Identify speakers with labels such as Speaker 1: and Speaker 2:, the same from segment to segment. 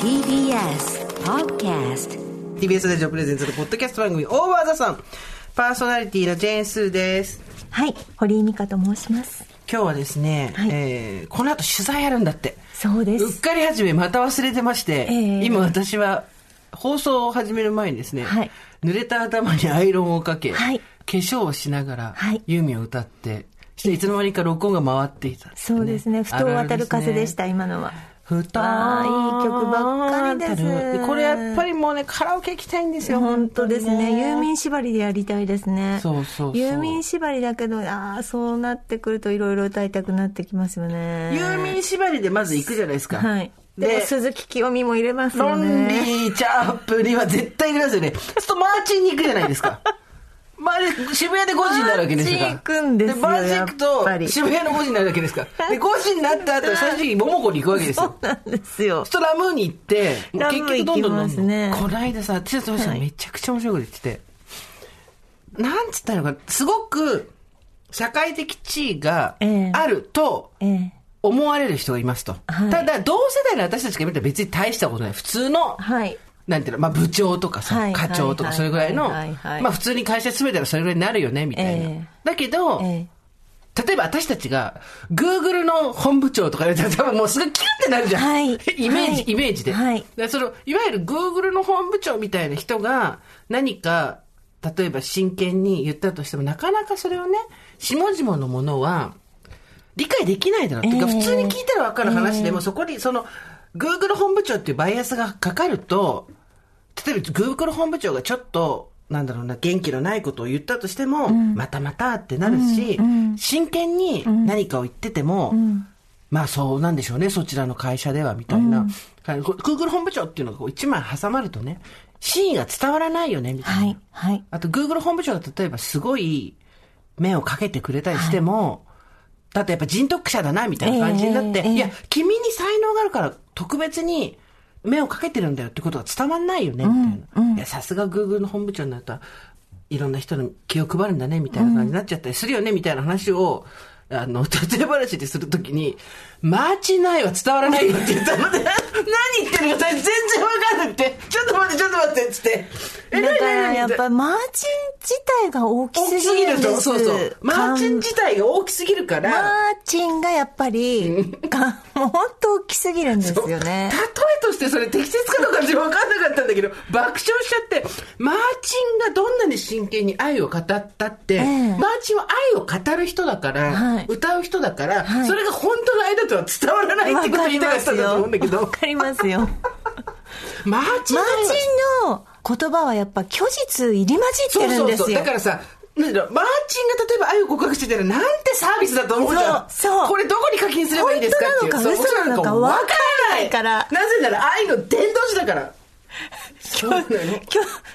Speaker 1: TBS Podcast
Speaker 2: TBS ラジオプレゼンツのポッドキャスト番組オーバーザさんパーソナリティのジェーンスーです
Speaker 3: はい、堀井美香と申します。
Speaker 2: 今日はですね、
Speaker 3: はい
Speaker 2: えーこの後取材あるんだって
Speaker 3: そう
Speaker 2: う
Speaker 3: で
Speaker 2: っ
Speaker 3: す。
Speaker 2: かり始めまた忘れてまして、
Speaker 3: ええ
Speaker 2: 今私は放送を始める前にですね、
Speaker 3: はい
Speaker 2: 濡れた頭にアイロンをかけ、
Speaker 3: はい
Speaker 2: 化粧をしながら
Speaker 3: はい
Speaker 2: ユーミンを歌ってしていつの間にか録音が回っていたってい
Speaker 3: そうですね。不当当たる風でした、今のは。
Speaker 2: ふと
Speaker 3: わあいい曲ばっかりです
Speaker 2: これやっぱりもうねカラオケ行きたいんですよ
Speaker 3: 本当です
Speaker 2: 本
Speaker 3: ね。
Speaker 2: に
Speaker 3: ユーミン縛りでやりたいですね。
Speaker 2: そうそうそう
Speaker 3: ユーミン縛りだけど、ああ、そうなってくるといろいろ歌いたくなってきますよね。
Speaker 2: ユーミン縛りでまず行くじゃないですか。
Speaker 3: はい。
Speaker 2: で
Speaker 3: でも鈴木清美も入れますよ
Speaker 2: ロンリ
Speaker 3: ね。
Speaker 2: ー・チャープには絶対行きますよね。そうするとマーチンに行くじゃないです か。まあ、で渋谷で5時になるわけですから。
Speaker 3: マーチン行くんですよ
Speaker 2: マーチン行く
Speaker 3: やっぱ
Speaker 2: と
Speaker 3: り
Speaker 2: 渋谷の5時になるわけですから。で、5時になった後、最終的に桃子に行くわけですよ。
Speaker 3: なんです
Speaker 2: そ。
Speaker 3: よ
Speaker 2: したらラムーに行って、もう
Speaker 3: ラム
Speaker 2: 結局
Speaker 3: ー
Speaker 2: どんどんど
Speaker 3: 行きま
Speaker 2: ん
Speaker 3: す
Speaker 2: どん。
Speaker 3: ね
Speaker 2: この間さ、私はその人めちゃくちゃ面白いこと言ってて、なんつったのか、すごく社会的地位があると、
Speaker 3: ええ。
Speaker 2: 思われる人がいますと。
Speaker 3: はい
Speaker 2: ただ、同世代の私たちが見たら別に大したことない。普通の、
Speaker 3: はい。
Speaker 2: なんていうの、まあ部長とかさ、
Speaker 3: はい
Speaker 2: 課長とか
Speaker 3: はい
Speaker 2: それぐらいの、
Speaker 3: はいはい
Speaker 2: まあ普通に会社勤めたらそれぐらいになるよね、みたいな。
Speaker 3: ええ
Speaker 2: だけど、
Speaker 3: ええ。
Speaker 2: 例えば私たちが、Google の本部長とか言わ れたら多分もうすごいキュンってなるじゃん。
Speaker 3: はい
Speaker 2: イメージ、
Speaker 3: はい
Speaker 2: イメージで。
Speaker 3: はい
Speaker 2: だからその、いわゆる Google の本部長みたいな人が、何か、例えば真剣に言ったとしても、なかなかそれをね、下々のものは、理解できないだろう。っていうか、
Speaker 3: ええ
Speaker 2: 普通に聞いたらわかる話でも、そこに、その、Google 本部長っていうバイアスがかかると、例えば Google 本部長がちょっと、なんだろうな、元気のないことを言ったとしても、またまたってなるし、真剣に何かを言ってても、まあそうなんでしょうね、そちらの会社では、みたいな。はい Google 本部長っていうのがこう一枚挟まるとね、真意が伝わらないよね、みたいな。
Speaker 3: はい。はい。
Speaker 2: あと、Google 本部長が例えばすごい目をかけてくれたりしても、だってやっぱ人徳者だな、みたいな感じになって、
Speaker 3: ええええ
Speaker 2: いや、君に才能があるから特別に目をかけてるんだよってことが伝わんないよね、みたいな。いや、さすが Google の本部長になったら、いろんな人の気を配るんだね、みたいな感じになっちゃったりするよね、みたいな話を、あの、 例え話でするときに、マーチンの愛は伝わらないよって言ったので、 何言ってるか全然わかんなくて、ちょっと待って、ちょっと待って、つって。え
Speaker 3: だから
Speaker 2: 何
Speaker 3: やっ
Speaker 2: 何
Speaker 3: ぱマーチン自体が大きす
Speaker 2: 大きす
Speaker 3: ぎ
Speaker 2: ぎる
Speaker 3: るんで
Speaker 2: と、
Speaker 3: す
Speaker 2: そうそう。マーチン自体が大きすぎるか
Speaker 3: マ
Speaker 2: ら、
Speaker 3: ーチンがやっぱり、かもう本当大きすぎるんですよね
Speaker 2: 例。えとしてそれ適切かどうか分かんなかったんだけど、爆笑しちゃって、マーチンがどんなに真剣に愛を語ったって、
Speaker 3: ええ
Speaker 2: マーチンは愛を語る人だから、
Speaker 3: はい
Speaker 2: 歌う人だから、
Speaker 3: はい
Speaker 2: それが本当の愛だとは伝わらないってことを言いたかったんだと思うんだけ
Speaker 3: わ
Speaker 2: ど、
Speaker 3: かりますよ。マー
Speaker 2: マーチンの愛は
Speaker 3: チンの言葉はやっぱ虚実入り混じってるんですよ。
Speaker 2: だからさ、なんだろうマーチンが例えば愛を告白してたらなんてサービスだと思うじゃん。
Speaker 3: そうそう
Speaker 2: これどこに課金すればいいですかっていう。
Speaker 3: 本当な
Speaker 2: そ
Speaker 3: のか
Speaker 2: う
Speaker 3: 嘘なのかわからないから
Speaker 2: なぜなら愛の伝道師だから。そうなの
Speaker 3: 虚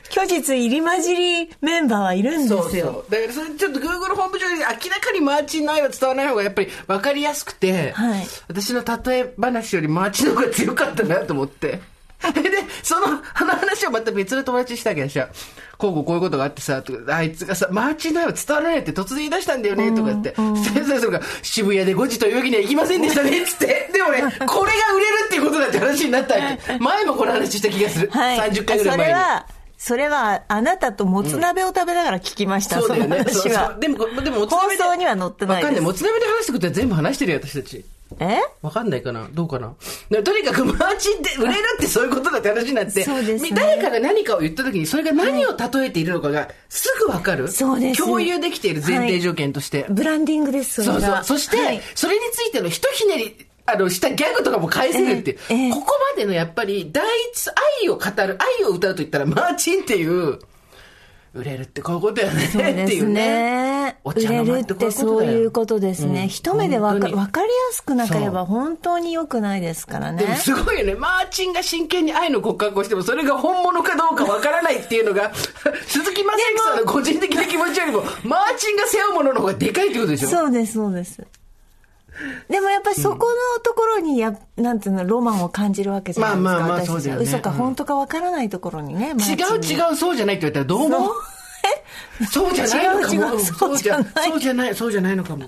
Speaker 3: 虚実入り混じりメンバーはいるんです
Speaker 2: そ
Speaker 3: よ。
Speaker 2: うそう。だからそれちょっと Google ホーム上で明らかにマーチンの愛は伝わらない方がやっぱり分かりやすくて、
Speaker 3: はい
Speaker 2: 私の例え話よりマーチンの方が強かったなと思って。 で、その、あの話をまた別の友達にしたわけでしょ。こうこうこういうことがあってさ、とかあいつがさ、マーチンの愛は伝わらないって突然言い出したんだよね、とか言って。先生それが、渋谷で5時というわけにはいきませんでしたね、つって。でも ね、これが売れるっていうことだって話になったわけ。前もこの話した気がする。
Speaker 3: はい。
Speaker 2: 30回ぐらい前に。
Speaker 3: それは、それはあなたともつ鍋を食べながら聞きました、
Speaker 2: そうだよね。
Speaker 3: の
Speaker 2: そ
Speaker 3: 話
Speaker 2: う
Speaker 3: は。
Speaker 2: そうでもこ、でも、おつなべで
Speaker 3: 放送には載ってな
Speaker 2: わ
Speaker 3: いです
Speaker 2: かんない。もつなべで話したことは全部話してるよ、私たち。
Speaker 3: え
Speaker 2: わかんないかなどうかなでもとにかくマーチンって売れるってそういうことだって話になって。
Speaker 3: そうですね
Speaker 2: み誰かが何かを言った時に、それが何を例えているのかがすぐわかる。
Speaker 3: そうです
Speaker 2: 共有できている前提条件として。
Speaker 3: ブランディングです、そ
Speaker 2: そ
Speaker 3: れ
Speaker 2: うそ
Speaker 3: が
Speaker 2: う。そして、
Speaker 3: はい
Speaker 2: それについてのひとひねり、あの、したギャグとかも返せるっていう。
Speaker 3: ええええ
Speaker 2: ここまでのやっぱり、第一、愛を語る、愛を歌うと言ったら、マーチンっていう、売れるってこういうことやねって
Speaker 3: そう
Speaker 2: いう
Speaker 3: ですね。
Speaker 2: お
Speaker 3: 売
Speaker 2: 茶の
Speaker 3: れ
Speaker 2: 間
Speaker 3: る
Speaker 2: っ
Speaker 3: って
Speaker 2: こういうことだよ
Speaker 3: てそういうことですね。
Speaker 2: うん
Speaker 3: 一目でわ
Speaker 2: 本当
Speaker 3: か
Speaker 2: に
Speaker 3: わかりやすくなけれ
Speaker 2: そう
Speaker 3: ば本当に良くないですからね
Speaker 2: で。もすごいよね。マーチンが真剣に愛の告白をしても、それが本物かどうかわからないっていうの が、鈴木雅之さんの個人的な気持ちよりも、マーチンが背負うものの方がでかいってことでしょ
Speaker 3: そうです、そうです。でもやっぱりそこのところにや、なんていうの、ロマンを感じるわけじゃないですか。
Speaker 2: まあまあまあ
Speaker 3: 私
Speaker 2: そうだ
Speaker 3: たち
Speaker 2: よ
Speaker 3: は
Speaker 2: ね
Speaker 3: 嘘か
Speaker 2: うん
Speaker 3: 本当かわからないところにね。
Speaker 2: 違う
Speaker 3: う。
Speaker 2: 違う、そうじゃないって言ったらどう思うそうじゃないのかも。
Speaker 3: 違う違うそうじゃない
Speaker 2: そうじゃない、そうじゃないのかも。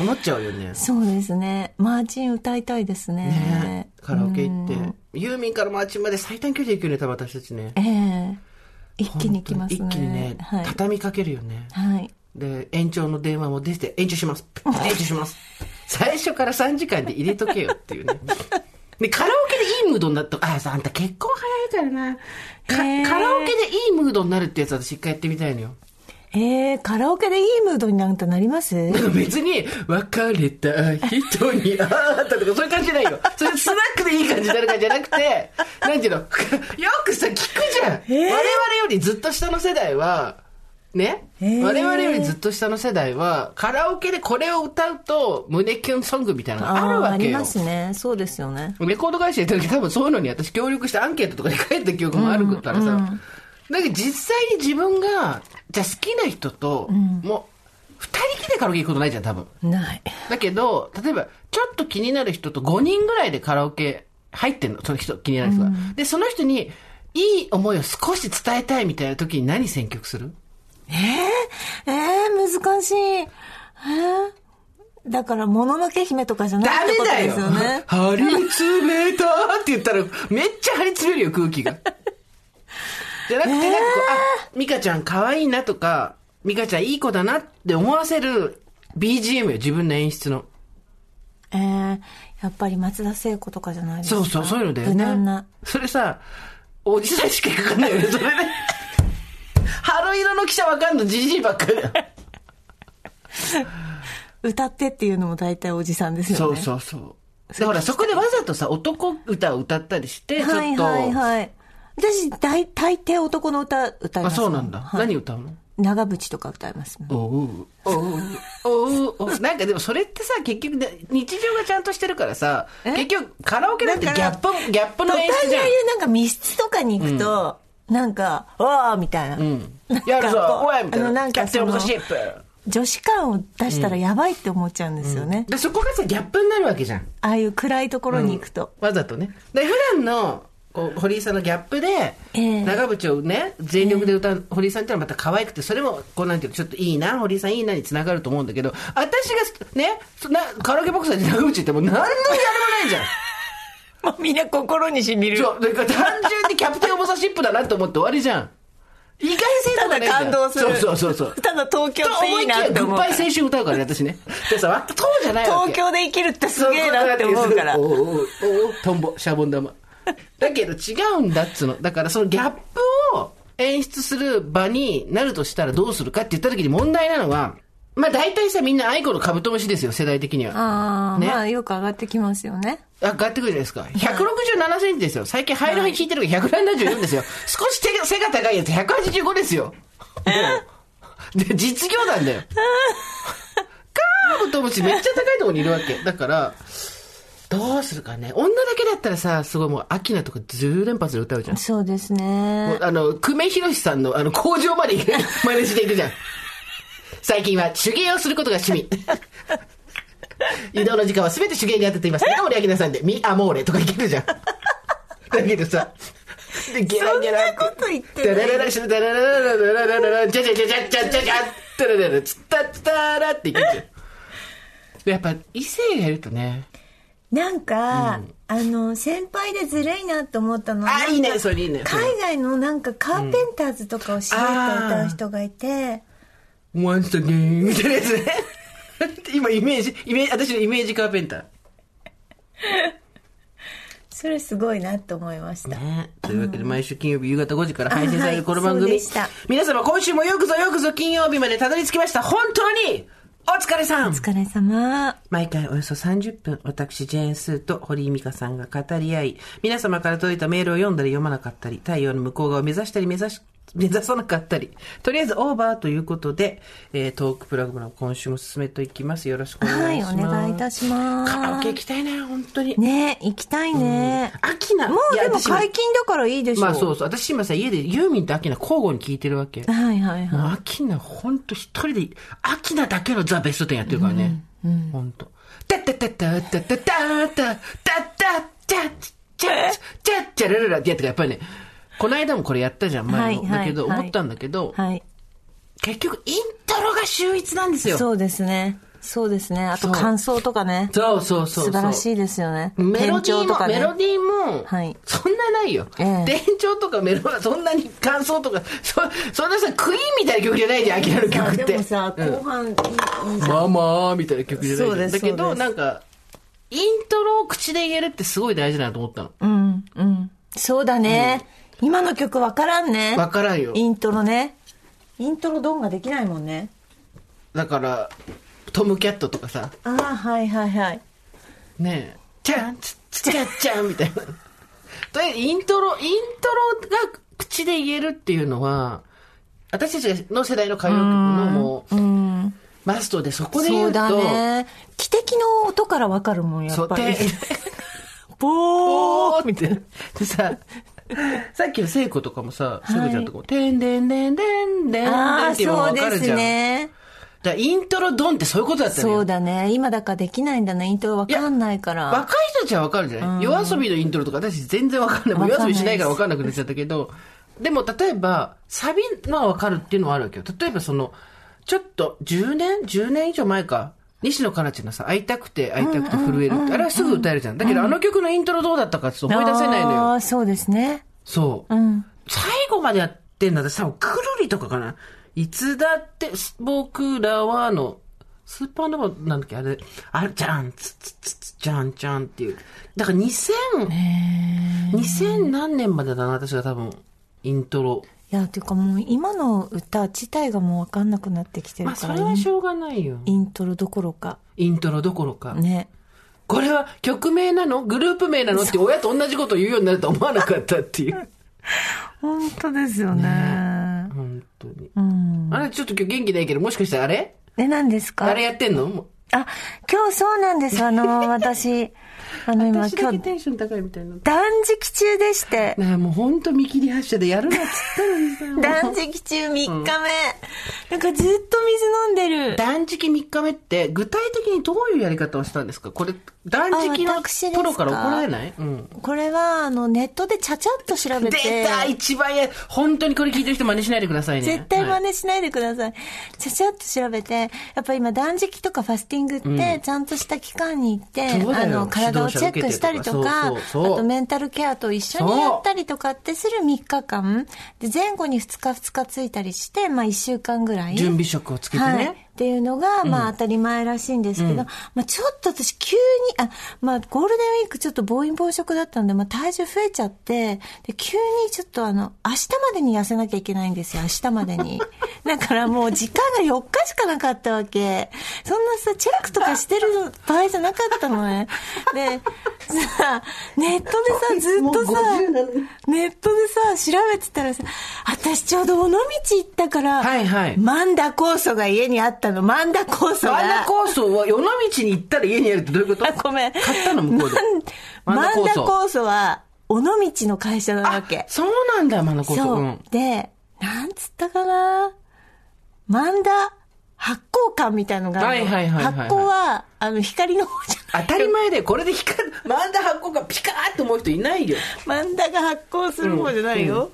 Speaker 2: 思っちゃうよね。
Speaker 3: そうですね。マーチン歌いたいですね。
Speaker 2: カラオケ行って、ユーミンから町まで最短距離で行くよね多分私たちね
Speaker 3: ええ一気に来ますね
Speaker 2: 一気にね、
Speaker 3: はい、
Speaker 2: 畳みかけるよね
Speaker 3: はい、
Speaker 2: で延長の電話も出て延長し ます延長します最初から3時間で入れとけよっていうねでカラオケでいいムードになったあさあんた結婚早いからなか、
Speaker 3: へー
Speaker 2: カラオケでいいムードになるってやつ私一回やってみたいのよ
Speaker 3: ええカラオケでいいムードになんてなります
Speaker 2: なんか 別に別れた人に会ったとかそういう感じじゃ ないよそれスナックでいい感じになる感じじゃなくてなんていうのよくさ聞くじゃん、我々よりずっと下の世代はね、
Speaker 3: ー
Speaker 2: 我々よりずっと下の世代はカラオケでこれを歌うと胸キュンソングみたいなのがある
Speaker 3: ーあ
Speaker 2: わけ
Speaker 3: り
Speaker 2: よ
Speaker 3: ますねそうですよね
Speaker 2: レコード会社行った時多分そういうのに私協力してアンケートとかで書いた記憶もあるからさ、だけど実際に自分がじゃあ好きな人と、もう2人きりでカラオケ行くことないじゃん多分
Speaker 3: ない
Speaker 2: だけど例えばちょっと気になる人と5人ぐらいでカラオケ入ってんのその人気になる人が、でその人にいい思いを少し伝えたいみたいな時に何選曲する
Speaker 3: ええ難しいえーだから、もののけ姫とかじゃない
Speaker 2: ダ
Speaker 3: って
Speaker 2: メ
Speaker 3: こと
Speaker 2: だ
Speaker 3: で
Speaker 2: よ。
Speaker 3: すよね
Speaker 2: 張り詰めたって言ったら、めっちゃ張り詰めるよ、空気 が。じゃなくて、なんかこう、あ、ミカちゃん可愛いなとか、ミカちゃんいい子だなって思わせる BGM よ、自分の演出の。
Speaker 3: ええやっぱり松田聖子とかじゃないですか。
Speaker 2: そうそう、そういうのだよ
Speaker 3: 無難な
Speaker 2: ね。。それさ、おじさんしかかかんないよね、それね。 春色の記者わかんの、じじいばっかりだよ。
Speaker 3: 歌ってっていうのも大体おじさんですよね。
Speaker 2: そうそうそう。だからそこでわざとさ、男歌を歌ったりして、ちょっと。
Speaker 3: はいはいはい。私、大、大抵男の歌、歌い
Speaker 2: あ、
Speaker 3: ます。
Speaker 2: そうなんだ。
Speaker 3: はい
Speaker 2: 何歌うの
Speaker 3: 長渕とか歌いますもん。
Speaker 2: おうおうおうおうなんかでもそれってさ結局ね日常がちゃんとしてるからさ結局カラオケなんてギ
Speaker 3: だから
Speaker 2: ャップギャップの演出
Speaker 3: 都会
Speaker 2: じ
Speaker 3: で
Speaker 2: ゃ
Speaker 3: あ
Speaker 2: ん
Speaker 3: あいうなんか密室とかに行くと、なんか、わあみたいな。なんか
Speaker 2: やるぞ
Speaker 3: こう
Speaker 2: おいみたい
Speaker 3: あの
Speaker 2: な
Speaker 3: なん
Speaker 2: キャ
Speaker 3: か
Speaker 2: プテン
Speaker 3: そ
Speaker 2: オブ
Speaker 3: の
Speaker 2: ザシップ
Speaker 3: 女子感を出したらやばいって思っちゃうんですよね。
Speaker 2: でそこがさギャップになるわけじゃん
Speaker 3: ああいう暗いところに行くと。
Speaker 2: わざとねで普段のこう堀井さんのギャップで
Speaker 3: ええ
Speaker 2: 長渕をね全力で歌う堀井さんってのはまた可愛くてそれもこうなんていうのちょっといいな堀井さんいいなにつながると思うんだけど私がねそなカラオケボックスで長渕ってもう何のやりもない じゃん
Speaker 3: もうみんな心にしみる。
Speaker 2: そう、だから単純にキャプテン・オブ・ザ・シップだなと思って終わりじゃん。意外性と
Speaker 3: た
Speaker 2: か
Speaker 3: だ
Speaker 2: ねえじゃん
Speaker 3: 感動する。
Speaker 2: そうそう そうそう。
Speaker 3: ただ東京
Speaker 2: と
Speaker 3: って
Speaker 2: 思
Speaker 3: い
Speaker 2: い
Speaker 3: い
Speaker 2: き
Speaker 3: な
Speaker 2: や
Speaker 3: って
Speaker 2: グ
Speaker 3: 思
Speaker 2: ッ
Speaker 3: う
Speaker 2: バ。イ青春歌うからね、私ね。でさ、わそうじゃないわけ。
Speaker 3: 東京で生きるってすげえなって思うから。
Speaker 2: おうおうおうおうトンボ、シャボン玉。だけど違うんだっつうの。だからそのギャップを演出する場になるとしたらどうするかって言った時に問題なのは、まあ大体さ、みんなアイコのカブトムシですよ、世代的には。
Speaker 3: ああ、
Speaker 2: ね
Speaker 3: まあよく上がってきますよね。
Speaker 2: 上がってくるじゃないですか。167センチですよ。最近ハイロハイ聞いてるから174ですよ。 少し手が背が高いやつ185です よ。で、実業団だ よ。カーブとムシめっちゃ高いところにいるわけ。だから、どうするかね。女だけだったらさ、すごいもう、アキナとか10連発で歌うじゃん。
Speaker 3: そうです
Speaker 2: も
Speaker 3: ね
Speaker 2: う。あの、久米宏さんの、あの、工場まで行く、真似していくじゃん。最近は手芸をすることが趣味。移動の時間は全て手芸に当てています。中森明菜さんで、ミアモーレとかいけるじゃん。だけどさ、で、ゲラゲラって。
Speaker 3: そんなこと言って
Speaker 2: ダ
Speaker 3: な
Speaker 2: ラ
Speaker 3: い
Speaker 2: ララシュダララララララララジャジャジャジャジャジャジャダラララツッタツタラっていけるじゃん。でやっぱ、異性がいるとね。
Speaker 3: なんか、あの、先輩でずるいなと思ったのは
Speaker 2: あ、いいね、それいいね。
Speaker 3: 海外のなんかカーペンターズとかをしまって歌う人がいて、
Speaker 2: Once again みたいなやつね。今イメージ、イメージ、私のイメージカーペンタ
Speaker 3: それすごいなと思いまし
Speaker 2: ー。。
Speaker 3: た
Speaker 2: ね。というわけで、毎週金曜日夕方5時から配信されるこの番組。
Speaker 3: あはいそうでした
Speaker 2: 皆様、今週もよくぞよくぞ金曜日までたどり着きました。本当にお疲れさん
Speaker 3: お疲れ様。
Speaker 2: 毎回およそ30分、私、ジェーン・スーと堀井美香さんが語り合い、皆様から届いたメールを読んだり読まなかったり、太陽の向こう側を目指したり目指し、目指さなかったり、とりあえずオーバーということで、えートークプラグも今週も進めていきます。よろしくお
Speaker 3: は
Speaker 2: 願い
Speaker 3: い、
Speaker 2: し
Speaker 3: お
Speaker 2: ます。
Speaker 3: 願いいたしま
Speaker 2: カラオケ行
Speaker 3: す。
Speaker 2: きたいな、本当に。
Speaker 3: ね行きたいね。
Speaker 2: 秋菜。
Speaker 3: もう
Speaker 2: いや
Speaker 3: でも
Speaker 2: 私今
Speaker 3: 解禁だからいいでしょ。
Speaker 2: まあそうそう。私今さ、家でユーミンと秋菜交互に聞いてるわけ。も
Speaker 3: はいはいは
Speaker 2: う秋菜、ほんと一人で、秋菜だけのザ・ベストテンやってるからね。ほんと。タッタッタッタッタッタッタッタッタッタッチャッチャッチャッチャラララってやつがやっぱりね、この間もこれやったじゃん、前
Speaker 3: はい
Speaker 2: の。
Speaker 3: はい
Speaker 2: だけど、
Speaker 3: はい
Speaker 2: 思ったんだけど
Speaker 3: い。、はい。
Speaker 2: 結局イントロが秀逸なんですよ。
Speaker 3: そうですね。そうですね。あと
Speaker 2: そう
Speaker 3: 感想とかね。
Speaker 2: そうそうそうそう
Speaker 3: 素晴らしいですよね。
Speaker 2: メロ
Speaker 3: 転
Speaker 2: ディ
Speaker 3: 調
Speaker 2: ー
Speaker 3: と
Speaker 2: も、
Speaker 3: かね
Speaker 2: メロディーも、
Speaker 3: はい
Speaker 2: そんなないよ。
Speaker 3: ええ
Speaker 2: 転調とかメロはそんなに感想とか、そ、そんなさ、クイーンみたいな曲じゃないじゃん、アキラの曲って。
Speaker 3: あでもさ、
Speaker 2: うん
Speaker 3: 後半いい、いいじゃん。
Speaker 2: ママみたいな曲じゃない
Speaker 3: そうです
Speaker 2: だけ
Speaker 3: そう
Speaker 2: ど、
Speaker 3: です
Speaker 2: なんか、イントロを口で言えるってすごい大事だなと思ったの。
Speaker 3: うん、うん。そうだね。今の曲わからんね。
Speaker 2: わからんよ。
Speaker 3: イントロね。イントロドンができないもんね。
Speaker 2: だから、トムキャットとかさ、
Speaker 3: ああ、はいはいはい。
Speaker 2: ねえ、チャン、チチャッチャンみたいな。とりあえず、イントロ、イントロが口で言えるっていうのは、私たちの世代の歌謡曲のもう、マストで、そこで言
Speaker 3: そう
Speaker 2: うと、
Speaker 3: だね。汽笛の音からわかるもん、や
Speaker 2: そ
Speaker 3: っ
Speaker 2: う
Speaker 3: ぱり
Speaker 2: で。
Speaker 3: ぼー
Speaker 2: おーみたいな。でさ、さっきの聖子とかもさ、聖子ちゃんとかも、てんでんでんでんでんでんっ
Speaker 3: ああ、
Speaker 2: ていうのが
Speaker 3: そ
Speaker 2: わ
Speaker 3: う
Speaker 2: か
Speaker 3: で
Speaker 2: るじ
Speaker 3: す
Speaker 2: ゃん。
Speaker 3: ね。
Speaker 2: だからイントロドンってそういうことだったのよ。
Speaker 3: そうだね。今だからできないんだね。イントロわかんないから。
Speaker 2: 若い人たちはわかるじゃない、夜遊びのイントロとか私全然わかんない。もう
Speaker 3: わ
Speaker 2: 夜遊
Speaker 3: かんない
Speaker 2: びしないからわかんなくなっちゃったけど、でも例えば、サビはわかるっていうのはあるわけよ。例えばその、ちょっと10年 ?10 年以上前か。西野カナチのさ、会いたくて会いたくて震えるって、あれはすぐ歌えるじゃん。だけどあの曲のイントロどうだったかちょっと思い出せないのよ。
Speaker 3: ああ、そうですね。
Speaker 2: そう。
Speaker 3: ん
Speaker 2: 最後までやってんだ私多分、くるりとかかな。いつだって、す僕らはの、スーパーノバなんだっけあれ、あれ、じゃん、つつつつ、じゃんじゃんっていう。だから2000、2000何年までだな、私が多分、イントロ。
Speaker 3: いや、ていうかもう今の歌自体がもうわかんなくなってきて
Speaker 2: ま
Speaker 3: る
Speaker 2: あ、
Speaker 3: か
Speaker 2: そ
Speaker 3: ら、
Speaker 2: れはしょうがないよ。
Speaker 3: イントロどころか。
Speaker 2: イントロどころか。
Speaker 3: ね。
Speaker 2: これは曲名なのグループ名なのって親と同じこと言うようになると思わなかったっていう。
Speaker 3: 本当ですよね。
Speaker 2: 本当に。
Speaker 3: うん。
Speaker 2: あれ、ちょっと今日元気ないけど、もしかしてあれ
Speaker 3: え、何ですか
Speaker 2: あれやってんのもう
Speaker 3: あ、今日そうなんです。あの、私、あの今、
Speaker 2: 私だ
Speaker 3: 今
Speaker 2: け
Speaker 3: 日、
Speaker 2: テンション高いみたいな。
Speaker 3: 断食中でして、
Speaker 2: ねえもうほんと見切り発車でやるなっつったのにさ。
Speaker 3: 断食中3日目。なんかずっと水飲んでる。
Speaker 2: 断食3日目って具体的にどういうやり方をしたんですかこれ断食
Speaker 3: あ
Speaker 2: の
Speaker 3: 私ですか
Speaker 2: プロから怒られないうん。
Speaker 3: これは、あの、ネットでちゃちゃっと調べて。
Speaker 2: 出た一番や本当にこれ聞いてる人真似しないでくださいね。
Speaker 3: 絶対
Speaker 2: は
Speaker 3: 真
Speaker 2: い
Speaker 3: 似しないでください。ちゃちゃっと調べて、やっぱ今断食とかファスティングって、ちゃんとした期間に行って、
Speaker 2: そうだ
Speaker 3: あ
Speaker 2: よ
Speaker 3: の、体をチェックしたりと
Speaker 2: 指導者受けてと
Speaker 3: か、
Speaker 2: かそうそうそう
Speaker 3: あとメンタルケアと一緒にやったりとかってする3日間、で、前後に2日2日ついたりして、まあ1週間ぐらい。
Speaker 2: 準備食をつけて
Speaker 3: はい、っ
Speaker 2: ね。
Speaker 3: ていうのが、まあ当たり前らしいんですけど、まあちょっと私急に、あ、まあゴールデンウィークちょっと暴飲暴食だったんで、まあ体重増えちゃって、で、急にちょっとあの、明日までに痩せなきゃいけないんですよ、明日までに。 だからもう時間が4日しかなかったわけ。そんなさ、チェックとかしてる場合じゃなかったのね。で、さ、ネットでさ、ずっとさ、ネットでさ、調べてたらさ、私ちょうど尾道行ったから、
Speaker 2: はいはい
Speaker 3: マンダ酵素が家にあったの。マンダ酵素が。
Speaker 2: マンダ酵素は夜の道に行ったら家にやるってどういうこと
Speaker 3: あごめん。
Speaker 2: 買ったの向こうで。
Speaker 3: マン
Speaker 2: マンダ
Speaker 3: マン
Speaker 2: 酵
Speaker 3: ダ
Speaker 2: 素
Speaker 3: 酵素は、尾道の会社なわけ
Speaker 2: あ。そうなんだ、マンダ酵素。。。
Speaker 3: そううんで、なんつったかなマンダ発酵感みたいのがあるの。
Speaker 2: はいはいはいはい
Speaker 3: 発
Speaker 2: はい
Speaker 3: 酵は、あの、光の方じゃない。
Speaker 2: 当たり前で、これで光る、マンダ発酵がピカーって思う人いないよ。
Speaker 3: マ ンダが発酵する方じゃないよ。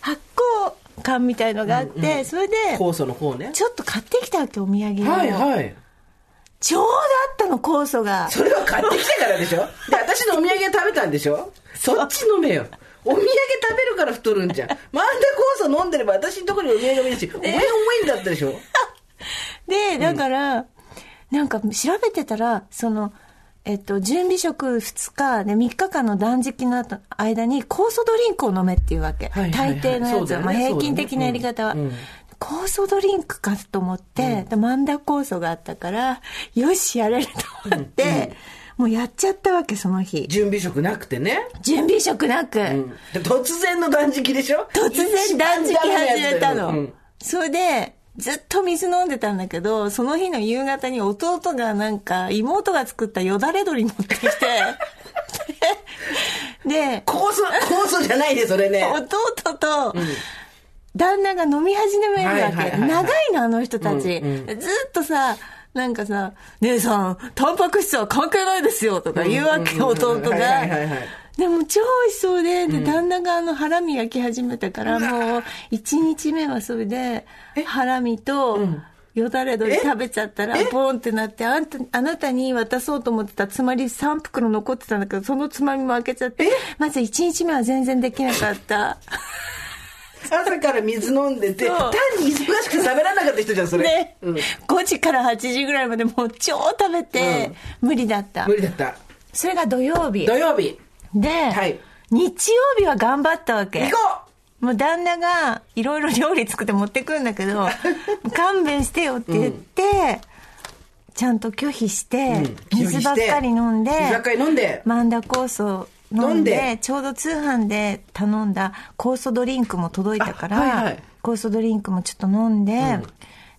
Speaker 3: 発酵感みたいのがあって、それで、
Speaker 2: 酵素の方ね。
Speaker 3: ちょっと買ってきたわけ、お土産を。
Speaker 2: はいはい。
Speaker 3: ちょうどあったの、酵素が。
Speaker 2: それは買ってきたからでしょで、私のお土産食べたんでしょそっち飲めよ。お土産食べるから太るんじゃん。マンダ酵素飲んでれば私のところにお土産もいいし、お前重いんだったでしょ
Speaker 3: で、だから、なんか調べてたら、その、えっと、準備食2日で3日間の断食の後間に酵素ドリンクを飲めっていうわけ。
Speaker 2: はいはいはい
Speaker 3: 大抵の
Speaker 2: そ
Speaker 3: や
Speaker 2: う
Speaker 3: つ
Speaker 2: だ
Speaker 3: は、
Speaker 2: よね
Speaker 3: まあ、平均的なやり方は。
Speaker 2: そうだよね
Speaker 3: 酵素ドリンクかと思って、でマンダ酵素があったから、よし、やれると思って、もうやっちゃったわけ、その日。
Speaker 2: 準備食なくてね。
Speaker 3: 準備食なく。
Speaker 2: うんで突然の断食でしょ
Speaker 3: 突然断食始めたの。
Speaker 2: うん
Speaker 3: それで、ずっと水飲んでたんだけど、その日の夕方に弟がなんか、妹が作ったよだれ鶏持って きて、で、
Speaker 2: 酵素、酵素じゃないで、それね。
Speaker 3: 弟と、旦那が飲み始めるわ
Speaker 2: は
Speaker 3: け。
Speaker 2: いはいはいはい
Speaker 3: 長いの、あの人たち。
Speaker 2: うんうん
Speaker 3: ずっとさ、なんかさ、姉さん、タンパク質は関係ないですよ、とか言うわけ、
Speaker 2: うんうんうん
Speaker 3: 弟が。
Speaker 2: はいはいはいはい
Speaker 3: でも超美味しそうで、で、旦那があの、ハラミ焼き始めたから、もう、1日目はそれで、ハラミと、よだれ鶏食べちゃったら、ボーンってなって、あんた、あなたに渡そうと思ってた、つまり3袋残ってたんだけど、そのつまみも開けちゃって、まず1日目は全然できなかった。
Speaker 2: 朝から水飲んでて
Speaker 3: そう
Speaker 2: 単に忙しくて食べられなかった人じゃんそれ、
Speaker 3: ね、5時から8時ぐらいまでもう超食べて、無理だった
Speaker 2: 無。理だった
Speaker 3: それが土曜日
Speaker 2: 土。曜日
Speaker 3: で、
Speaker 2: い
Speaker 3: 日曜日は頑張ったわ
Speaker 2: 行
Speaker 3: け。
Speaker 2: こ
Speaker 3: もう旦那がいろいろ料理作って持ってくるんだけ ど勘弁してよって言って、ちゃんと拒否して、
Speaker 2: うん
Speaker 3: 水ばっかり飲んで
Speaker 2: 水ばっかり飲んで
Speaker 3: マンダ酵素飲んで
Speaker 2: 飲んで
Speaker 3: ちょうど通販で頼んだ酵素ドリンクも届いたから、
Speaker 2: あはいはい
Speaker 3: 酵素ドリンクもちょっと飲んで、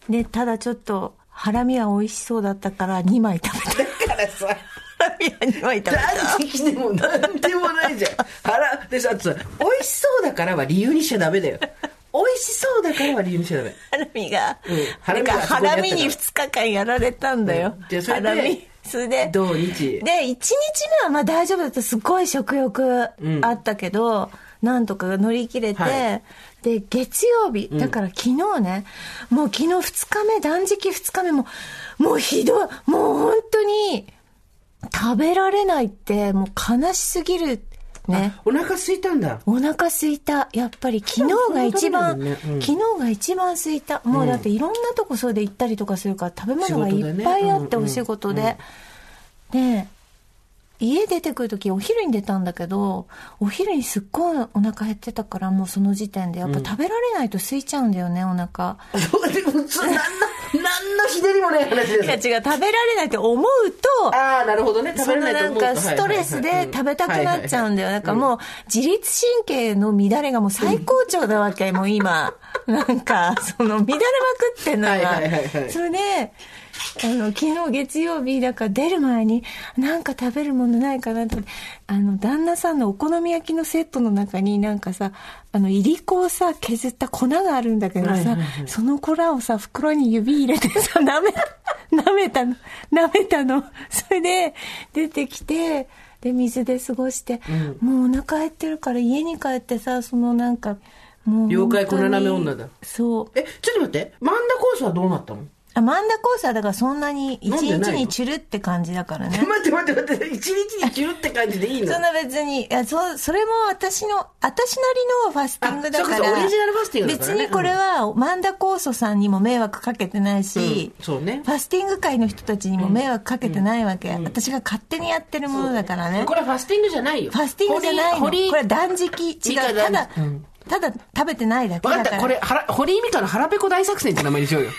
Speaker 3: でただちょっとハラミは美味しそうだったから2枚食べた
Speaker 2: うだからさ
Speaker 3: ハラミは2枚食べた
Speaker 2: 断食でもなんでもないじゃん腹でさあとさ美味しそうだからは理由にしちゃダメだよ美味しそうだからは理由にしちゃダメ
Speaker 3: ハラミが、
Speaker 2: うんハラ
Speaker 3: なん
Speaker 2: ミ
Speaker 3: か
Speaker 2: が
Speaker 3: ハラミに2日間やられたんだよ、
Speaker 2: うんでそれで
Speaker 3: ハラミそれで
Speaker 2: 同日
Speaker 3: で1日目はまあ大丈夫だったすごい食欲あったけど、なんとかが乗り切れて、
Speaker 2: はい
Speaker 3: で月曜日だから昨日ね、もう昨日2日目断食2日目ももうひどいもう本当に食べられないってもう悲しすぎるね
Speaker 2: お腹空いたんだ
Speaker 3: お腹空いたやっぱり昨日が一番、
Speaker 2: そうそうそうだよねうん
Speaker 3: 昨日が一番空いたもうだっていろんなとこそれで行ったりとかするから食べ物が
Speaker 2: 仕
Speaker 3: い
Speaker 2: 事でね
Speaker 3: っぱいあって
Speaker 2: うんうん
Speaker 3: お仕事で、で家出てくる時お昼に出たんだけどお昼にすっごいお腹減ってたからもうその時点でやっぱ食べられないと空いちゃうんだよね、お腹
Speaker 2: そうでも普通何の何のひねりもない話で
Speaker 3: いや違う
Speaker 2: す
Speaker 3: 食べられないって思うと
Speaker 2: ああなるほどね食
Speaker 3: そ
Speaker 2: べ
Speaker 3: の
Speaker 2: れないと
Speaker 3: なん
Speaker 2: 思うと
Speaker 3: かストレスで食べたくなっちゃうんだよ。なんか
Speaker 2: う
Speaker 3: もう自律神経の乱れがもう最高潮なわけ、もう今。なんか、その乱れまくってんの
Speaker 2: はい
Speaker 3: が
Speaker 2: はいはいはい。
Speaker 3: それで、あの、昨日月曜日、だから出る前に、なんか食べるものないかなって、あの、旦那さんのお好み焼きのセットの中になんかさ、あの、いりこをさ、削った粉があるんだけど
Speaker 2: はいは
Speaker 3: さ
Speaker 2: いは、
Speaker 3: その粉をさ、袋に指入れてさ、 舐め、舐めたの、舐めたの。それで、出てきて、で、水で過ごして、もうお腹減ってるから家に帰ってさ、そのなんか、もう本当に。
Speaker 2: 妖怪粉舐め女だ
Speaker 3: そう。
Speaker 2: えちょっと待ってマンダコースはどうなったの
Speaker 3: あマンダコースはだからそんなに一
Speaker 2: 飲んで
Speaker 3: 日
Speaker 2: ないの
Speaker 3: にチュルって感じだからね
Speaker 2: 待って待って待って一日に切るって感じでいいの
Speaker 3: そんな別にいやそそれも私の私なりのファスティングだか
Speaker 2: あそう
Speaker 3: ら
Speaker 2: かオリジナルファスティングだからね
Speaker 3: 別にこれはマンダ酵素さんにも迷惑かけてないし、
Speaker 2: うんそうね
Speaker 3: ファスティング界の人たちにも迷惑かけてないわけ、私が勝手にやってるものだからね
Speaker 2: これはファスティングじゃないよ
Speaker 3: ファスティングじゃないのこ
Speaker 2: 堀井
Speaker 3: れは断食違
Speaker 2: 美
Speaker 3: う
Speaker 2: 香
Speaker 3: た
Speaker 2: 断
Speaker 3: だ、ただ食べてないだけ
Speaker 2: 分かっ
Speaker 3: だから
Speaker 2: たこれはら堀井美香の腹ペコ大作戦って名前にし ようよ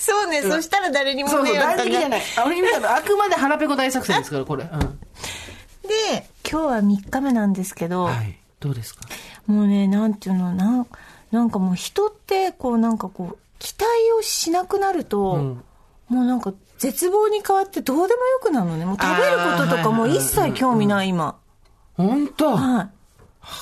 Speaker 3: そうね、そしたら誰にも
Speaker 2: そうそう
Speaker 3: 迷惑か
Speaker 2: 大
Speaker 3: け
Speaker 2: 敵じゃない堀井美香のあくまで腹ペコ大作戦ですからこれうん
Speaker 3: で今日は3日目なんですけど、
Speaker 2: はいどうですか
Speaker 3: もうねなんていうのなんなんかもう人ってこうなんかこう期待をしなくなると、もうなんか絶望に変わってどうでもよくなるのねもう食べることとかもう一切興味ない今、
Speaker 2: 本当は
Speaker 3: はい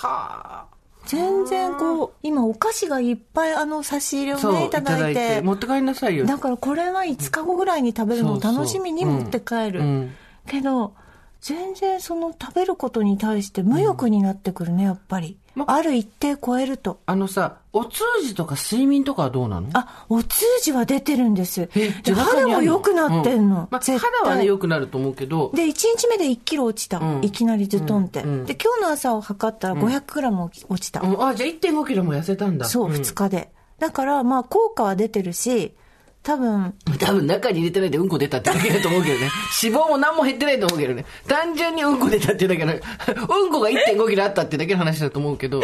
Speaker 2: あ
Speaker 3: 全然こう今お菓子がいっぱいあの差し入れを
Speaker 2: そう
Speaker 3: ね
Speaker 2: い
Speaker 3: い
Speaker 2: た
Speaker 3: た
Speaker 2: だ
Speaker 3: だ
Speaker 2: い
Speaker 3: い
Speaker 2: て
Speaker 3: て
Speaker 2: 持って帰りなさいよ
Speaker 3: だからこれは5日後ぐらいに食べるのを楽しみに持って帰
Speaker 2: そうそ
Speaker 3: る、
Speaker 2: ううんうん
Speaker 3: けど全然その食べることに対して無欲になってくるねやっぱり、
Speaker 2: ま
Speaker 3: ある一定超えると
Speaker 2: あのさお通じとか睡眠とかはどうなの
Speaker 3: あ、お通じは出てるんです。
Speaker 2: えじ
Speaker 3: で
Speaker 2: ゃあ中
Speaker 3: 肌
Speaker 2: にあ
Speaker 3: も
Speaker 2: る
Speaker 3: 良くなってんの。
Speaker 2: うんまあ
Speaker 3: 絶対
Speaker 2: 肌はね良くなると思うけど
Speaker 3: で、1日目で1キロ落ちた。
Speaker 2: うん
Speaker 3: いきなりズトンって、
Speaker 2: うんうん
Speaker 3: で、今日の朝を測ったら500グラム落ちた。
Speaker 2: うんあじゃあ1 5キロも痩せたんだ
Speaker 3: そう、2日で。だから、まあ、効果は出てるし、多分、
Speaker 2: 多分中に入れてないでうんこ出たってだけだと思うけどね。 脂肪も何も減ってないと思うけどね。単純にうんこ出たっていうだけの、 うんこが1.5キロあったってだけの話だと思うけど。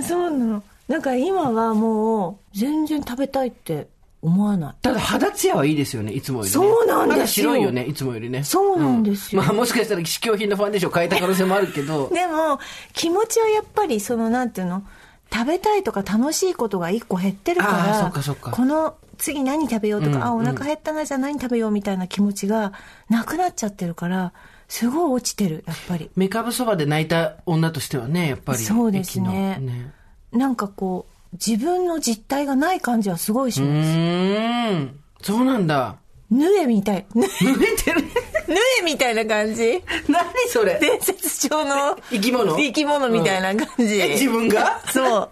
Speaker 3: そうなの。だから今はもう、全然食べたいって思わない。
Speaker 2: ただ肌ツヤはいいですよね、いつもよりね。
Speaker 3: そうなんですよ
Speaker 2: 肌白いよね、いつもよりね。
Speaker 3: そうなんですよ
Speaker 2: まあもしかしたら試供品のファンデーション変えた可能性もあるけ ど。
Speaker 3: でも、気持ちはやっぱり、その、なんていうの、食べたいとか楽しいことが一個減ってるか
Speaker 2: あー
Speaker 3: ら、
Speaker 2: そっかそっか
Speaker 3: この、次何食べようとか、
Speaker 2: うん
Speaker 3: あ、お腹減ったな、じゃあ何食べようみたいな気持ちがなくなっちゃってるから、すごい落ちてる、やっぱり。
Speaker 2: メカブそばで泣いた女としてはね、やっぱり。
Speaker 3: そうですね
Speaker 2: 駅のね
Speaker 3: なんかこう、自分の実体がない感じはすごいし
Speaker 2: う
Speaker 3: ます。
Speaker 2: ーん。そうなんだ。
Speaker 3: ヌエみたい。 ヌ
Speaker 2: 濡れてる。
Speaker 3: エみたいな感じ
Speaker 2: 何それ。
Speaker 3: 伝説上の
Speaker 2: 生き物
Speaker 3: 生き物みたいな感 じ。
Speaker 2: え自分が
Speaker 3: そう。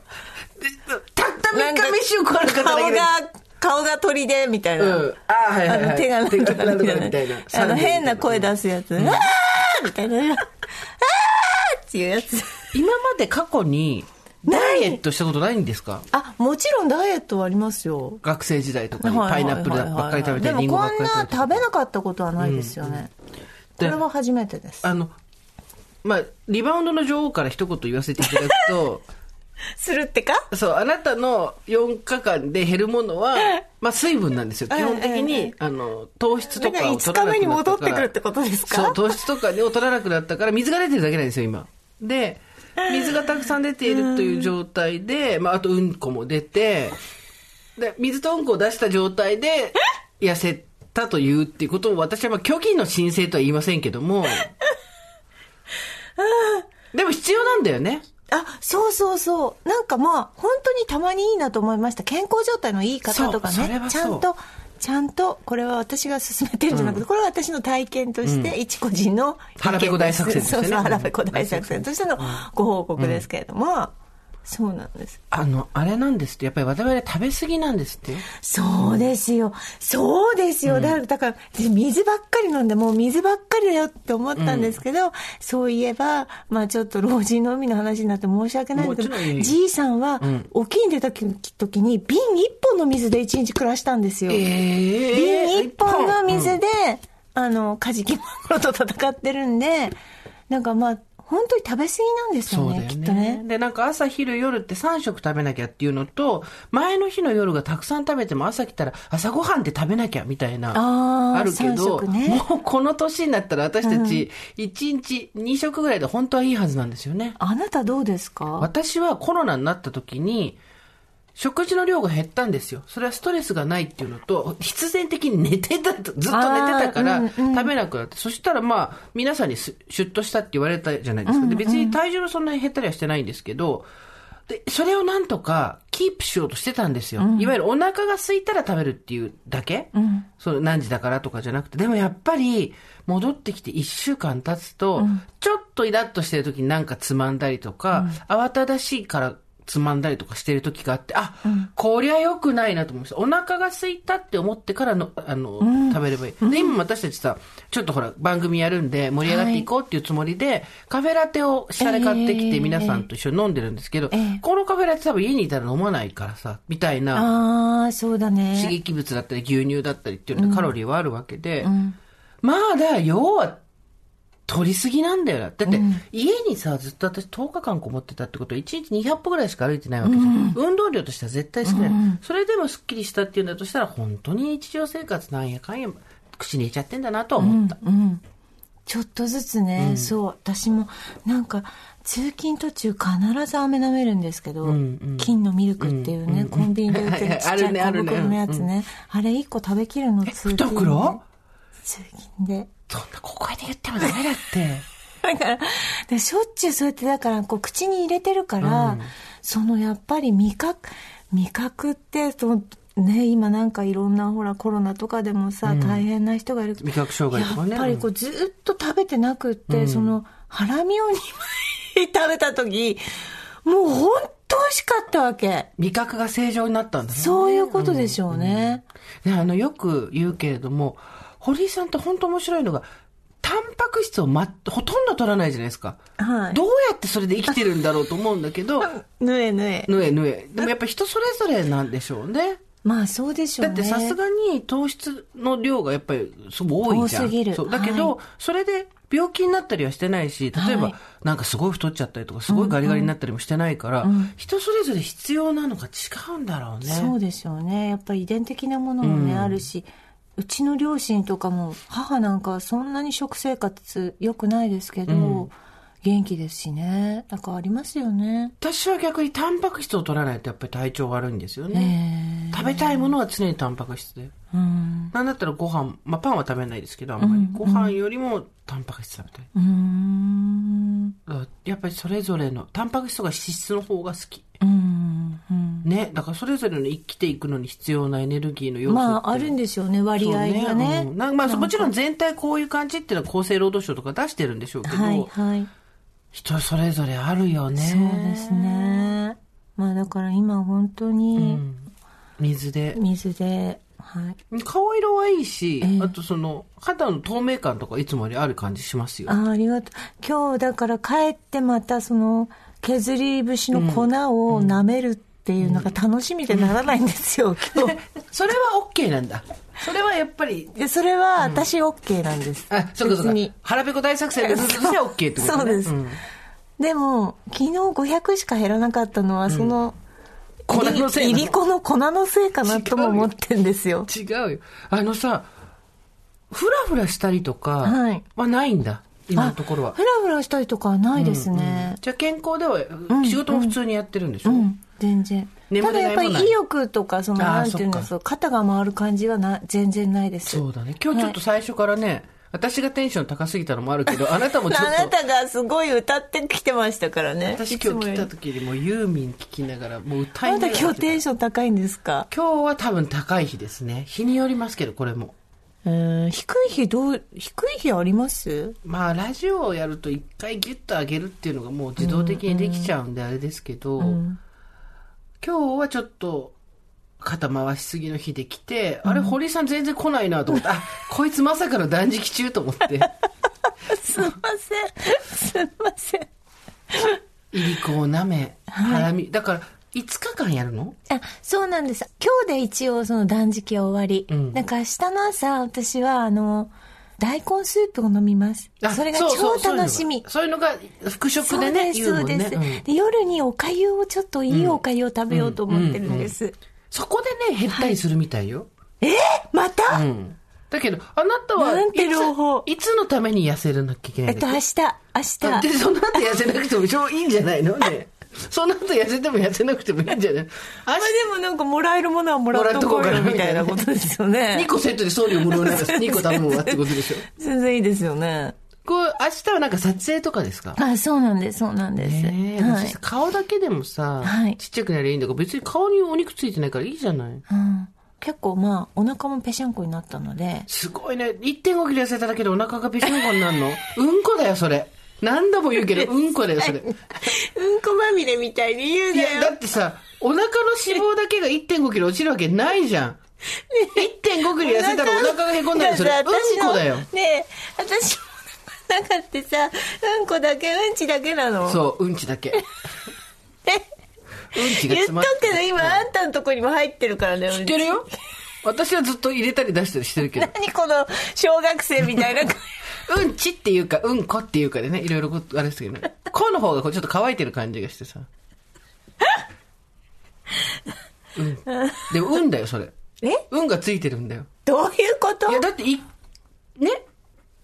Speaker 2: でたった3日飯を食わなかっただけ
Speaker 3: 顔
Speaker 2: で
Speaker 3: が、顔が鳥で、みたいな。
Speaker 2: うんあーはいはいはい
Speaker 3: あの手がなんとかみたいな。
Speaker 2: みたいな
Speaker 3: あの変な声出すやつ。あーみたいな。あーっていうやつ。
Speaker 2: 今まで過去にダイエットしたことないんですか
Speaker 3: あ、もちろんダイエットはありますよ。
Speaker 2: 学生時代とかに
Speaker 3: はい
Speaker 2: パイナップルばっかり食べ
Speaker 3: で
Speaker 2: て
Speaker 3: も
Speaker 2: リンゴば
Speaker 3: こ
Speaker 2: っか
Speaker 3: ん
Speaker 2: り食
Speaker 3: な
Speaker 2: べて
Speaker 3: 食べなかったことはないですよね。こ
Speaker 2: で
Speaker 3: れは初めてです。
Speaker 2: あのまあリバウンドの女王から一言言わせていただく と
Speaker 3: するってか
Speaker 2: そうあなたの4日間で減るもの は、まあ、水分なんですよ基本的
Speaker 3: えええ
Speaker 2: にあの糖質とかを取
Speaker 3: 5日
Speaker 2: らなくなったから
Speaker 3: 目に戻ってくるってことですか
Speaker 2: そう糖質とかを取らなくなったから水が出てるだけなんですよ今で水がたくさん出ているという状態で、まあ、あとうんこも出てで水とうんこを出した状態で痩せたというっていうことを私はまあ虚偽の申請とは言いませんけど もでも必要なんだよね
Speaker 3: あ、そうそうそう。なんかまあ、本当にたまにいいなと思いました。健康状態のいい方とか
Speaker 2: そうそれ
Speaker 3: ね
Speaker 2: は、
Speaker 3: ち
Speaker 2: そう
Speaker 3: ゃんと、ちゃんと、これは私が勧めてるんじゃなくて、これは私の体験として、一個人の意見です。
Speaker 2: 腹ペコ大作戦ですよね
Speaker 3: そうそう、腹ペコ大作戦としてのご報告ですけれども、そうなんです。
Speaker 2: あのあれなんですってやっぱり我々食べ過ぎなんですってよ
Speaker 3: そうですよ。そうですよ。だから、だから、で水ばっかり飲んで、もう水ばっかりだよって思ったんですけど、そういえば、まあちょっと老人の海の話になって申し訳ないんだけ
Speaker 2: もちろんい
Speaker 3: ど、
Speaker 2: い
Speaker 3: じいさんは、沖に出た時時に瓶一本の水で一日暮らしたんですよ。瓶一本の水で、あの、カジキマグロと戦ってるんで、なんかまあ、本当に食べ過ぎなんですよ
Speaker 2: そうだ
Speaker 3: ね、
Speaker 2: よね
Speaker 3: きっとね。
Speaker 2: で、なんか朝、昼、夜って3食食べなきゃっていうのと、前の日の夜がたくさん食べても朝来たら朝ごはんって食べなきゃみたい
Speaker 3: あ
Speaker 2: な、
Speaker 3: ー
Speaker 2: あるけど、
Speaker 3: 三食ね
Speaker 2: もうこの年になったら私たち1日2食ぐらいで本当はいいはずなんですよね。
Speaker 3: あなたどうですか
Speaker 2: 私はコロナになった時に、食事の量が減ったんですよ。それはストレスがないっていうのと、必然的に寝てたと、ずっと寝てたから
Speaker 3: あ、ーうんうん
Speaker 2: 食べなくなって、そしたらまあ、皆さんにすシュッとしたって言われたじゃないですか。で別に体重もそんなに減ったりはしてないんですけど、で、それをなんとかキープしようとしてたんですよ。いわゆるお腹が空いたら食べるっていうだけ、その何時だからとかじゃなくて、でもやっぱり戻ってきて1週間経つと、ちょっとイラッとしてる時になんかつまんだりとか、慌ただしいからつまんだりとかしてる時があって、あ、こりゃ良くないなと思いました。お腹が空いたって思ってからの、あの、食べればいい。で、今私たちさ、ちょっとほら、番組やるんで盛り上がっていこうっていうつもりで、カフェラテをシャレ買ってき
Speaker 3: え
Speaker 2: て
Speaker 3: え
Speaker 2: 皆さんと一緒に飲んでるんですけど、
Speaker 3: ええ
Speaker 2: このカフェラテ多分家にいたら飲まないからさ、みたいな
Speaker 3: ああ、そうだね。
Speaker 2: 刺激物だったり牛乳だったりっていうのでカロリーはあるわけで、まあだ、要は取りすぎなんだよな。だって、家にさ、ずっと私10日間こもってたってことは1日200歩ぐらいしか歩いてないわけじゃん。運動量としては絶対少ない。それでもスッキリしたっていうんだとしたら、本当に日常生活なんやかんや、口に入れちゃってんだなとは思った。
Speaker 3: ちょっとずつね、そう私もなんか通勤途中必ず飴舐めるんですけど、金のミルクっていうね、コンビニで売ってるちっ
Speaker 2: はい
Speaker 3: ち
Speaker 2: はい
Speaker 3: ゃ
Speaker 2: あ
Speaker 3: い
Speaker 2: るねある
Speaker 3: 小
Speaker 2: ね
Speaker 3: 袋のやつね、あれ1個食べきるの通
Speaker 2: ふた
Speaker 3: 勤
Speaker 2: くろ
Speaker 3: 通勤で
Speaker 2: そんな小声で言ってもダメだ って。
Speaker 3: だからでしょっちゅうそうやってだからこう口に入れてるから、そのやっぱり味覚味覚ってそのね今なんかいろんなほらコロナとかでもさ、大変な人がいる
Speaker 2: 味覚障害とかね
Speaker 3: やっぱりこうずっと食べてなくって、そのハラミを2枚食べた時もう本当美味しかったわけ
Speaker 2: 味覚が正常になったんだね
Speaker 3: そういうことでしょうね、
Speaker 2: ね、あの、よく言うけれども、堀井さんって本当面白いのが、タンパク質を、ま、ほとんど取らないじゃないですか。
Speaker 3: はい
Speaker 2: どうやってそれで生きてるんだろうと思うんだけど、
Speaker 3: ぬえぬえ
Speaker 2: ぬえぬえ。でもやっぱ人それぞれなんでしょうね。
Speaker 3: まあそうでしょ
Speaker 2: だ
Speaker 3: う
Speaker 2: っ
Speaker 3: ね
Speaker 2: てさすがに糖質の量がやっぱりすごい多いじゃん。
Speaker 3: 多すぎる
Speaker 2: そうだけど、それで病気になったりはしてないし、例えば、
Speaker 3: はい
Speaker 2: なんかすごい太っちゃったりとか、すごいガリガリになったりもしてないから、人それぞれ必要なのが違うんだろうね。
Speaker 3: そうでしょうねやっぱり遺伝的なものもね、あるしうちの両親とかも母なんかはそんなに食生活良くないですけど、元気ですしねなんかありますよね
Speaker 2: 私は逆にタンパク質を取らないとやっぱり体調悪いんですよ
Speaker 3: え
Speaker 2: ね。
Speaker 3: え
Speaker 2: 食べたいものは常にタンパク質で。
Speaker 3: うん
Speaker 2: なんだったらご飯、まあパンは食べないですけど、あんまり。ご飯よりもタンパク質食べたい。
Speaker 3: うーん
Speaker 2: だからやっぱりそれぞれの、タンパク質とか脂質の方が好き。
Speaker 3: うんうん
Speaker 2: ね。だからそれぞれの生きていくのに必要なエネルギーの要素って。
Speaker 3: まああるんでしょうね割合
Speaker 2: そう
Speaker 3: がね
Speaker 2: うんなんかまあもちろん全体こういう感じっていうのは厚生労働省とか出してるんでしょうけど、
Speaker 3: はいはい
Speaker 2: 人それぞれあるよね。
Speaker 3: そうですねまあだから今本当に
Speaker 2: 水で
Speaker 3: 水で、はい。
Speaker 2: 顔色はいいし、
Speaker 3: ええ
Speaker 2: あとその肌の透明感とかいつもよりある感じしますよ
Speaker 3: あーありがとう。今日だから帰ってまたその削り節の粉を舐めるっていうのが楽しみでならないんですよ、今日。
Speaker 2: それは OK なんだそれはやっぱり
Speaker 3: でそれは私 OK なんです。
Speaker 2: あそうかそう
Speaker 3: 別
Speaker 2: か
Speaker 3: に
Speaker 2: 腹ペコ大作戦でずっと しては OK ってことね
Speaker 3: そうです、
Speaker 2: ん
Speaker 3: でも昨日500しか減らなかったのはその、
Speaker 2: 粉
Speaker 3: いり
Speaker 2: のせい
Speaker 3: い
Speaker 2: な
Speaker 3: りこの粉のせいかなとも思ってんですよ
Speaker 2: 違うよあのさフラフラしたりとか
Speaker 3: はい
Speaker 2: はないんだ、今のところ
Speaker 3: あ
Speaker 2: は
Speaker 3: フラフラしたりとかはないですね、
Speaker 2: じゃあ健康では仕事も普通にやってるんでし
Speaker 3: う
Speaker 2: ょ、
Speaker 3: ん全然
Speaker 2: 眠
Speaker 3: ただ
Speaker 2: れな
Speaker 3: や
Speaker 2: い
Speaker 3: っ
Speaker 2: も
Speaker 3: ぱ
Speaker 2: ない
Speaker 3: り意欲とかその
Speaker 2: あー
Speaker 3: なんていうんですか肩が回る感じはな全然ないです
Speaker 2: そうだね今日ちょっと最初からね、 私がテンション高すぎたのもあるけどあなたもちょっと
Speaker 3: あなたがすごい歌ってきてましたからね
Speaker 2: 私
Speaker 3: いつ
Speaker 2: 今
Speaker 3: も
Speaker 2: 日
Speaker 3: よ
Speaker 2: 来
Speaker 3: り
Speaker 2: た時にもうユーミン聞きながらもう歌い
Speaker 3: あ
Speaker 2: なが
Speaker 3: な
Speaker 2: ら
Speaker 3: た今日テンション高いんですか
Speaker 2: 今日は多分高い日ですね日によりますけどこれも
Speaker 3: うん低い日どう低い日あります
Speaker 2: まあラジオをやると一回ギュッと上げるっていうのがもう自動的にできちゃうんであれですけど、今日はちょっと肩回しすぎの日で来て、あれ堀井さん全然来ないなと思ってあこいつまさかの断食中と思 って
Speaker 3: すいませ ん。すいません。
Speaker 2: いりこを舐めハラミだから5日間やるの
Speaker 3: あ、そうなんです。今日で一応その断食は終わり。
Speaker 2: うん
Speaker 3: なんか明日の朝、私はあの、大根スープを飲みます
Speaker 2: あ。
Speaker 3: それが
Speaker 2: う
Speaker 3: 超
Speaker 2: うそういうのが
Speaker 3: 楽しみ。
Speaker 2: そういうのが復
Speaker 3: そ
Speaker 2: 職
Speaker 3: う
Speaker 2: でね
Speaker 3: です
Speaker 2: 言うもんね
Speaker 3: そうです、
Speaker 2: うん
Speaker 3: で夜におかゆをちょっといいおかゆを食べようと思ってるんです、
Speaker 2: そこでね減ったりするみたいよ、
Speaker 3: また、
Speaker 2: うんだけどあなたは
Speaker 3: ないんて朗報
Speaker 2: ついつのために痩せなきゃいけな
Speaker 3: え
Speaker 2: い
Speaker 3: っ
Speaker 2: ん
Speaker 3: と
Speaker 2: だ
Speaker 3: 明
Speaker 2: っけ
Speaker 3: 日明
Speaker 2: だって
Speaker 3: 日
Speaker 2: その後痩せなくても超いいんじゃないの ねその後痩せても痩せなくてもいいんじゃない
Speaker 3: あれでもなんかもらえるものはも
Speaker 2: ら
Speaker 3: ら
Speaker 2: っ
Speaker 3: っ
Speaker 2: と
Speaker 3: と
Speaker 2: こ
Speaker 3: こ
Speaker 2: う
Speaker 3: う
Speaker 2: よ
Speaker 3: よ
Speaker 2: み
Speaker 3: み
Speaker 2: た
Speaker 3: た
Speaker 2: い
Speaker 3: い
Speaker 2: な
Speaker 3: な
Speaker 2: こ
Speaker 3: こととですよね
Speaker 2: 2個セットで送料無料なら2個 頼むわってことでしょ
Speaker 3: 全然いいですよね
Speaker 2: こう明日はなんか撮影とかですか
Speaker 3: あそうなんですそうなんです、
Speaker 2: ねえ、
Speaker 3: はい
Speaker 2: 私顔だけでもさ、
Speaker 3: はい
Speaker 2: ちっちゃくなりゃいいんだから別に顔にお肉ついてないからいいじゃない
Speaker 3: うん結構まあお腹もぺしゃんこになったのです
Speaker 2: ごいね1 5キロ痩せただけでお腹がぺしゃんこにな るのうんこだよそれ何度も言うけどうんこだよそれ
Speaker 3: うんこまみれみたいに言う
Speaker 2: いや、だってさ、お腹の脂肪だけが1 5キロ落ちるわけないじゃん。1 5キロ痩せたらお腹がへこんだりする。うんこだよ。
Speaker 3: ねえ私の中ってさうんこだけうんちだけなの
Speaker 2: そう、うんちだけ。うんちが
Speaker 3: 言
Speaker 2: 詰
Speaker 3: っと
Speaker 2: ま
Speaker 3: く
Speaker 2: って
Speaker 3: けど今あんたのとこにも入ってるからね
Speaker 2: 知ってるよ私はずっと入れたり出したりしてるけ ど。
Speaker 3: 何この小学生みたいな
Speaker 2: うんちっていうか、うんこっていうかでね、いろいろこうあれですけどね。この方がこうちょっと乾いてる感じがして さ。うん。でも、うんだよ、それ。
Speaker 3: え
Speaker 2: うんがついてるんだよ。
Speaker 3: どういうこと
Speaker 2: いやだっていね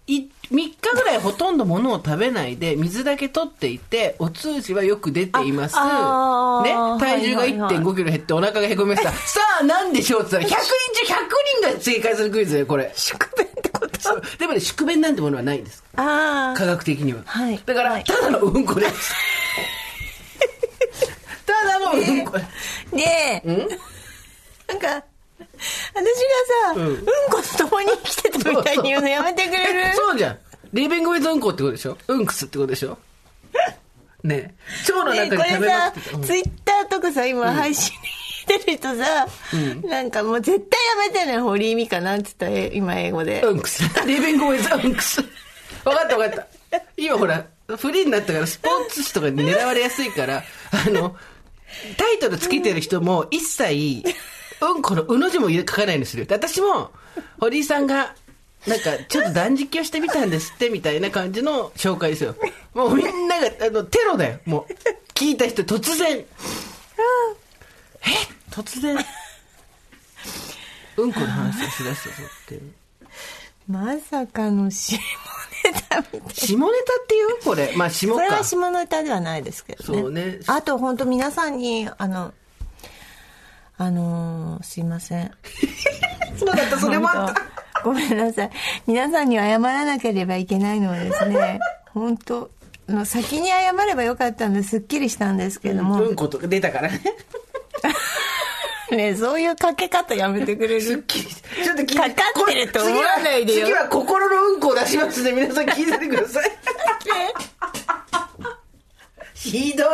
Speaker 2: い3日ぐらいほとんどものを食べないで水だけ取っていてお通じはよく出ています、ね、
Speaker 3: ああー
Speaker 2: 体重が
Speaker 3: はい
Speaker 2: 1
Speaker 3: はいはい
Speaker 2: 5キロ減ってお腹がへこみました さあ何でしょうって言ったら100人中100人が正解するクイズだよこれ
Speaker 3: 宿便ってこと
Speaker 2: そうでもね宿便なんてものはないんです
Speaker 3: あ
Speaker 2: 科学的には、
Speaker 3: はい
Speaker 2: だから、
Speaker 3: はい
Speaker 2: ただのうん こですただのうんこ、
Speaker 3: あねえなんか私がさ、
Speaker 2: う
Speaker 3: うんん、こと共に生きてたみたいに言うのやめてくれる
Speaker 2: そうじゃんリービングウィズうんこってことでしょうんくすってことでしょねえ腸の
Speaker 3: ね
Speaker 2: 中に
Speaker 3: えこ
Speaker 2: 食べ
Speaker 3: れ
Speaker 2: な
Speaker 3: さ
Speaker 2: くて、うん
Speaker 3: ツイッターとかさ今配信でてる人さ、なんかもう絶対やめてね堀井美香なんつったえ今英語で、
Speaker 2: うんくす。リビングウィズうんくす。わかったわかった。今ほら、フリーになったからスポーツ紙とかに狙われやすいから、あの、タイトルつけてる人も一切、うんこのうの字も書かないようにする。で私も、堀井さんが、なんか、ちょっと断食をしてみたんですって、みたいな感じの紹介ですよ。もうみんなが、あの、テロだよ。もう、聞いた人突然。え突然。うんこの話をしだしたぞっていう。
Speaker 3: まさかの下ネタみたいな
Speaker 2: 下ネタっていうこれまあ下
Speaker 3: これ
Speaker 2: か
Speaker 3: は下ネタではないですけどね
Speaker 2: そうね
Speaker 3: あと本当皆さんにあのあのーすいません
Speaker 2: そうだったそれもあった
Speaker 3: 本当ごめんなさい皆さんに謝らなければいけないのはですね 本当あの先に謝ればよかったんですっきりしたんですけども、
Speaker 2: うんことか出たからね
Speaker 3: ねそういうかけ方やめてくれ
Speaker 2: すっ
Speaker 3: る
Speaker 2: きりちょっと聞いて
Speaker 3: かかってると思わないでよ
Speaker 2: 次は次は心のうんこを出しますね皆さん聞いててください ひど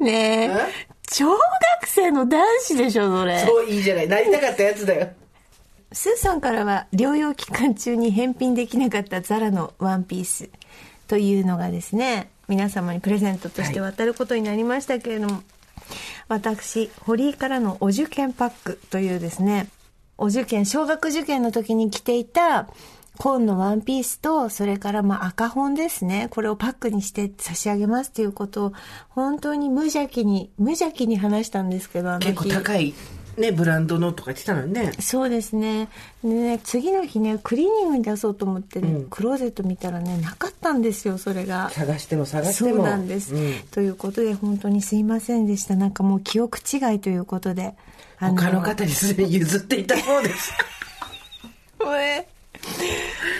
Speaker 2: い
Speaker 3: ねえ
Speaker 2: え
Speaker 3: 小学生の男子でしょ、それ。
Speaker 2: そういいじゃないなりたかったやつだよ
Speaker 3: スーさんからは療養期間中に返品できなかったザラのワンピースというのがですね皆様にプレゼントとして渡ることになりましたけれども、私堀井からのお受験パックというですねお受験小学受験の時に着ていた紺のワンピースとそれからまあ赤本ですねこれをパックにして差し上げますということを本当に無邪気に無邪気に話したんですけどあの日
Speaker 2: 結構高いねブランドのとか言ってたのにね
Speaker 3: そうですねでね次の日ねクリーニングに出そうと思ってね、クローゼット見たらねなかったんですよそれが
Speaker 2: 探しても探して
Speaker 3: そ
Speaker 2: も
Speaker 3: うなんです、ということで本当にすいませんでしたなんかもう記憶違いということであ
Speaker 2: 他の方にすでに譲っていたそうです
Speaker 3: え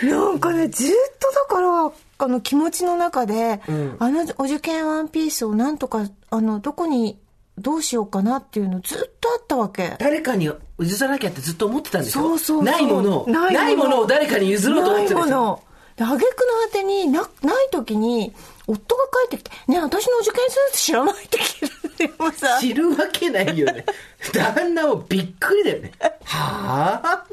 Speaker 3: なんかねずっとだからあの気持ちの中で、あのお受験ワンピースをなんとかあのどこにどうしようかなっていうのずっとあったわけ
Speaker 2: 誰かに譲らなきゃってずっと思ってたんですよ
Speaker 3: そうそうそう
Speaker 2: ないものを
Speaker 3: ないもの
Speaker 2: ないものを誰かに譲ろうと思ってたん
Speaker 3: ない
Speaker 2: です
Speaker 3: も
Speaker 2: よ
Speaker 3: ので挙句の果てになない時に夫が帰ってきて「ねえ私のお受験スーツ知らない」って聞いたんだよもうさ
Speaker 2: 知るわけない よね旦那もびっくりだよねはあ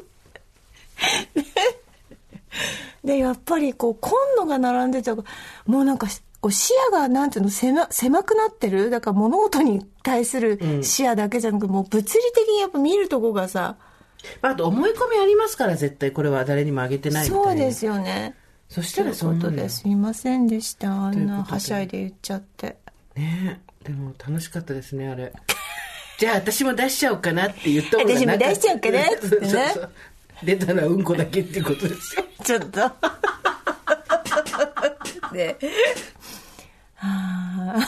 Speaker 3: でやっぱりこう今野が並んでたからもうなんかこう視野がなんていうの狭狭くなってるだから物事に対する視野だけじゃなく、もう物理的にやっぱ見るとこがさ
Speaker 2: まああと思い込みありますから絶対これは誰にもあげてないみたいな
Speaker 3: そうですよね
Speaker 2: そし
Speaker 3: と
Speaker 2: た
Speaker 3: い
Speaker 2: ら
Speaker 3: う
Speaker 2: そ
Speaker 3: こ
Speaker 2: んな
Speaker 3: と
Speaker 2: の
Speaker 3: で
Speaker 2: ね
Speaker 3: すいませんでしたあん
Speaker 2: という
Speaker 3: な
Speaker 2: ことで
Speaker 3: はしゃいで言っちゃって
Speaker 2: でも楽しかったですねあれ じゃあ私も出しちゃおうかなって言ったことが
Speaker 3: 私
Speaker 2: な
Speaker 3: も
Speaker 2: かった
Speaker 3: 出しちゃおうかなっつってね
Speaker 2: そうそう出たのはうんこだけっていうことですよ
Speaker 3: ちょっ とではあ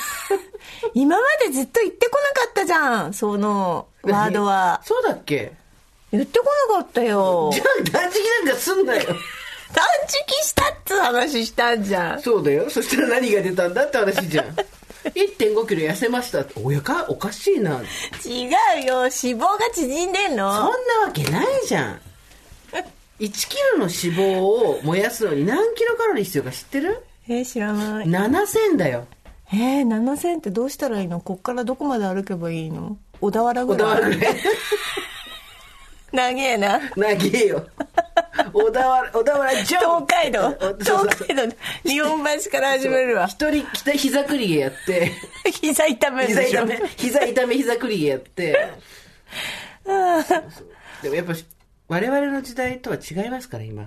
Speaker 3: 今までずっと言ってこなかったじゃんそのワードは
Speaker 2: そうだっけ
Speaker 3: 言ってこなかったよ
Speaker 2: じゃあ断食なんかすんなよ
Speaker 3: 断食したっつう話したんじゃん
Speaker 2: そうだよそしたら何が出たんだって話じゃん 1.5キロ痩せましたっておやかおかしいな
Speaker 3: 違うよ脂肪が縮んでん
Speaker 2: そんな
Speaker 3: の
Speaker 2: わけないじゃん1キロの脂肪を燃やすのに何キロカロリー必要か知ってる
Speaker 3: えー知らない
Speaker 2: 7000だよ
Speaker 3: えー、7000ってどうしたらいいのこっからどこまで歩けばいいの小田原ぐ
Speaker 2: 小田
Speaker 3: ら
Speaker 2: 原
Speaker 3: い
Speaker 2: ぐらい
Speaker 3: 長えな
Speaker 2: なげえよ小田原小田原ジョ
Speaker 3: 東
Speaker 2: ン
Speaker 3: 海道
Speaker 2: そうそうそう
Speaker 3: 東海道日本橋から始めるわ
Speaker 2: 一人北膝くりげやって
Speaker 3: 膝痛める
Speaker 2: 膝
Speaker 3: でし
Speaker 2: 痛
Speaker 3: ょ
Speaker 2: め膝痛め膝くりげやってそうそうでもやっぱ我々の時代とは違いますから今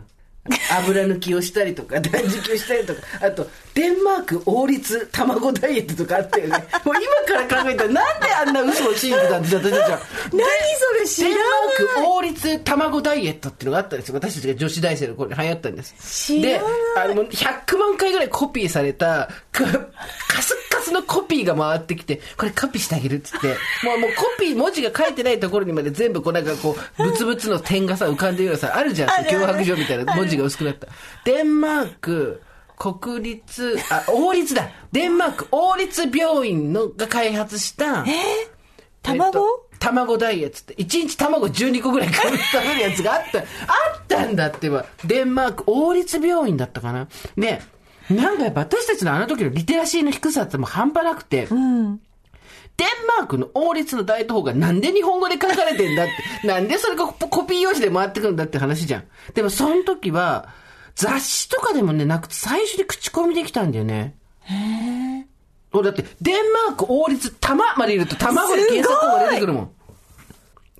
Speaker 2: 油抜きをしたりとか 断食をしたりとかあとデンマーク王立卵ダイエットとかあったよねもう今から考えたらなんであんな嘘を信じてたんです私たちは
Speaker 3: 何それ知
Speaker 2: デ
Speaker 3: ら
Speaker 2: ン
Speaker 3: ない
Speaker 2: マーク王立卵ダイエットっていうのがあったんですよ私たちが女子大生の頃に流行ったんです
Speaker 3: 知らない
Speaker 2: であの100万回ぐらいコピーされたかカスッカスのコピーが回ってきてこれカピーしてあげるっつってもうもうコピー文字が書いてないところにまで全部こうなんかこうブツブツの点がさ浮かんでるようなさあるじゃん
Speaker 3: あるある
Speaker 2: 脅迫状みたいな文字が薄くなったデンマーク国立あ王立だデンマーク王立病院のが開発した
Speaker 3: 卵、
Speaker 2: えっと卵ダイエットって1日卵12個ぐらい食べるやつがあったあったんだってばデンマーク王立病院だったかなねなんかやっぱ私たちのあの時のリテラシーの低さってもう半端なくて、デンマークの王立の大統領がなんで日本語で書かれてんだって、なんでそれがココピー用紙で回ってくるんだって話じゃん。でもその時は、雑誌とかでもね、なくて最初に口コミできたんだよね。へだって、デンマーク王立玉までいると卵で検索が出てくるもん。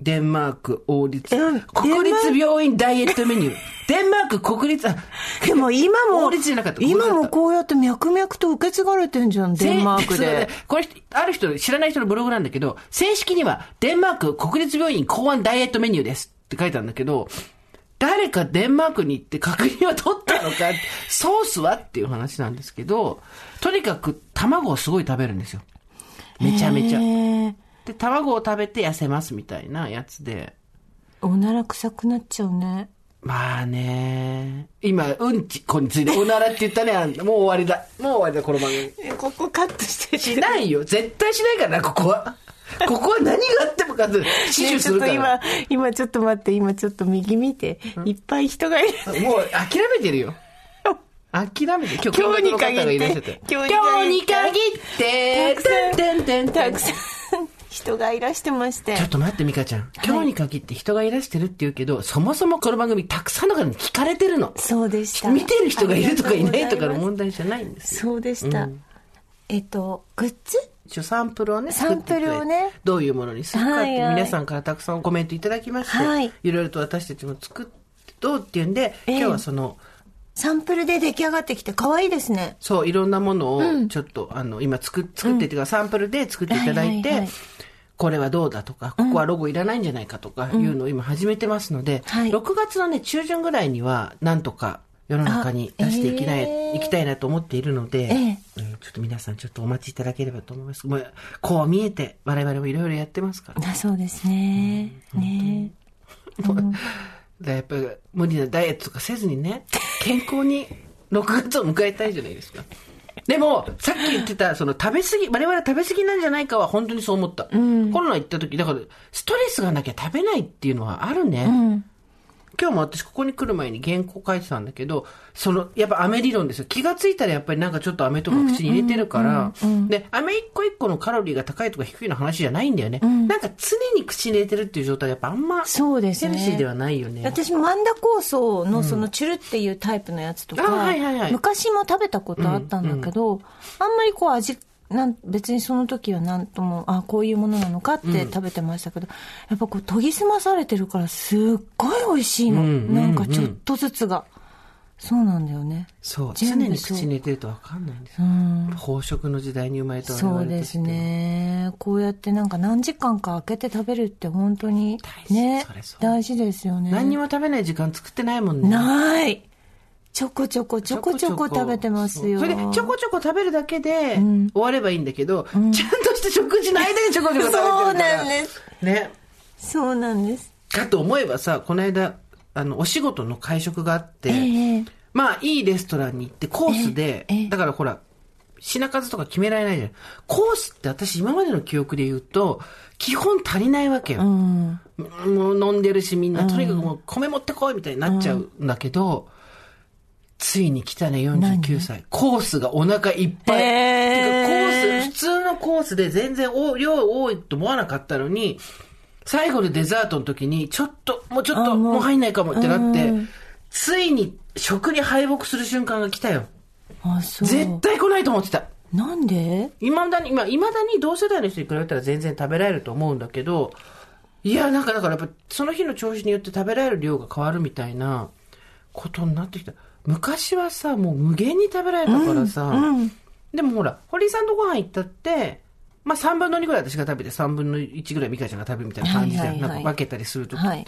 Speaker 2: デンマーク王立
Speaker 3: うん、
Speaker 2: 国立病院ダイエットメニュー。デンマーク国立、あ
Speaker 3: でも今も
Speaker 2: 王立じゃなかった
Speaker 3: 今もこうやって脈々と受け継がれてんじゃんデンマーク
Speaker 2: そうだ
Speaker 3: で
Speaker 2: ねこれ、ある人、知らない人のブログなんだけど、正式には、デンマーク国立病院考案ダイエットメニューですって書いてあるんだけど、誰かデンマークに行って確認は取ったのか、 ソースはっていう話なんですけど、とにかく卵をすごい食べるんですよ。めちゃめちゃ。
Speaker 3: へー
Speaker 2: で、卵を食べて痩せますみたいなやつで。
Speaker 3: おなら臭くなっちゃうね
Speaker 2: まあね今、うんちこについて、おならって言ったね、あんたもう終わりだ。もう終わりだ、この番組。
Speaker 3: ここカットして
Speaker 2: しないよ。絶対しないからな、ここは。ここは何があってもかず、死守
Speaker 3: ねち
Speaker 2: す
Speaker 3: ょっ
Speaker 2: る
Speaker 3: と
Speaker 2: から。
Speaker 3: 今今ちょっと待って今ちょっと右見ていっぱい人がいる
Speaker 2: もう諦めてるよ。諦めて。今日、
Speaker 3: 今日に
Speaker 2: 見
Speaker 3: 限って
Speaker 2: 今日に限って、
Speaker 3: 今日に限
Speaker 2: てんてんてんてん
Speaker 3: たくさん人がいらしてまして
Speaker 2: ちょっと待って、ミカちゃん。今日に限って人がいらしてるって言うけど、そもそもこの番組たくさんの方に聞かれてるの。
Speaker 3: そうでした
Speaker 2: 見てる人がいるとかいないとかの
Speaker 3: ありがとうございま
Speaker 2: 問題じゃないんです
Speaker 3: す
Speaker 2: よ。
Speaker 3: そうでした、えっとグッズ
Speaker 2: 一応サンプルをね、
Speaker 3: サンプル
Speaker 2: 作っ
Speaker 3: をね
Speaker 2: てくれてどういうものにするかって、
Speaker 3: はいはい
Speaker 2: 皆さんからたくさんコメントいただきまして、
Speaker 3: はい
Speaker 2: い、ろいろと私たちも作って、どうっていうんで、
Speaker 3: ええ
Speaker 2: 今日はその、
Speaker 3: サンプルで出来上がってきて可愛いですね
Speaker 2: そう、いろんなものを、ちょっと、あの、今作っ、作ってっていうか、サンプルで作っていただいて、
Speaker 3: はいはいはい
Speaker 2: これはどうだとか、ここはロゴいらないんじゃないかとかいうのを今始めてますので、
Speaker 3: はい
Speaker 2: 6月のね、中旬ぐらいには、なんとか世の中に出していきない、
Speaker 3: あえー
Speaker 2: いきたいなと思っているので、
Speaker 3: え
Speaker 2: うんちょっと皆さんちょっとお待ちいただければと思います。もうこう見えて、我々もいろいろやってますから。
Speaker 3: あそうですねね
Speaker 2: だやっぱり無理なダイエットとかせずにね、健康に6月を迎えたいじゃないですか。でも、さっき言ってた、その食べ過ぎ、我々食べ過ぎなんじゃないかは本当にそう思った。コロナ行った時、だから、ストレスがなきゃ食べないっていうのはあるね。今日も私ここに来る前に原稿書いてたんだけど、その、やっぱ飴理論ですよ。気がついたらやっぱりなんかちょっと飴とか口に入れてるから、で、飴一個一個のカロリーが高いとか低いの話じゃないんだよね。なんか常に口に入れてるっていう状態はやっぱあんま、
Speaker 3: そうですね
Speaker 2: ヘルシーではないよね。
Speaker 3: 私マンダ酵素のそのチュルっていうタイプのやつとか、
Speaker 2: あはいはいはい
Speaker 3: 昔も食べたことあったんだけど、あんまりこう味なん別にその時は何ともあこういうものなのかって食べてましたけど、やっぱこう研ぎ澄まされてるからすっごい美味しいの、
Speaker 2: ん
Speaker 3: なんかちょっとずつが、そうなんだよね
Speaker 2: そう常
Speaker 3: 全部
Speaker 2: に
Speaker 3: そう
Speaker 2: 口に入れてると分かんないんですよ、飽食の時代に生まれた我
Speaker 3: そ
Speaker 2: 々
Speaker 3: う
Speaker 2: として
Speaker 3: ですねこうやってなんか何時間か空けて食べるって本当に
Speaker 2: 大事
Speaker 3: ね
Speaker 2: それそう
Speaker 3: 大事ですよね
Speaker 2: 何にも食べない時間作ってないもんね
Speaker 3: ないちょこちょこちょこちょこ食べてますよ
Speaker 2: そうそれでちょこちょこ食べるだけで終わればいいんだけど、ちゃんとして食事の間にちょこちょこ食べてるから
Speaker 3: そうなんです
Speaker 2: ね
Speaker 3: そうなんです
Speaker 2: かと思えばさこの間あのお仕事の会食があって、
Speaker 3: ええ
Speaker 2: まあいいレストランに行ってコースで、
Speaker 3: ええええ
Speaker 2: だからほら品数とか決められないじゃんコースって私今までの記憶で言うと基本足りないわけよ、
Speaker 3: うん
Speaker 2: もう飲んでるしみんな、とにかくもう米持ってこいみたいになっちゃうんだけど、ついに来たね49歳。コースがお腹いっぱい。
Speaker 3: へー
Speaker 2: てかコース、普通のコースで全然お量多いと思わなかったのに、最後のデザートの時に、ちょっと、もうちょっと、
Speaker 3: あもう
Speaker 2: もう入んないかもってなって、ついに食に敗北する瞬間が来たよ。
Speaker 3: あそう
Speaker 2: 絶対来ないと思ってた。
Speaker 3: なんで
Speaker 2: いまだに、まあ、いまだに同世代の人に比べたら全然食べられると思うんだけど、いや、なんかだからやっぱ、その日の調子によって食べられる量が変わるみたいなことになってきた。昔はさ、もう無限に食べられたからさ、でもほら、堀井さんとご飯行ったって、まあ3分の2ぐらい私が食べて3分の1ぐらい美香ちゃんが食べるみたいな感じで、
Speaker 3: はいはいはい
Speaker 2: なんか分けたりするときって、
Speaker 3: はい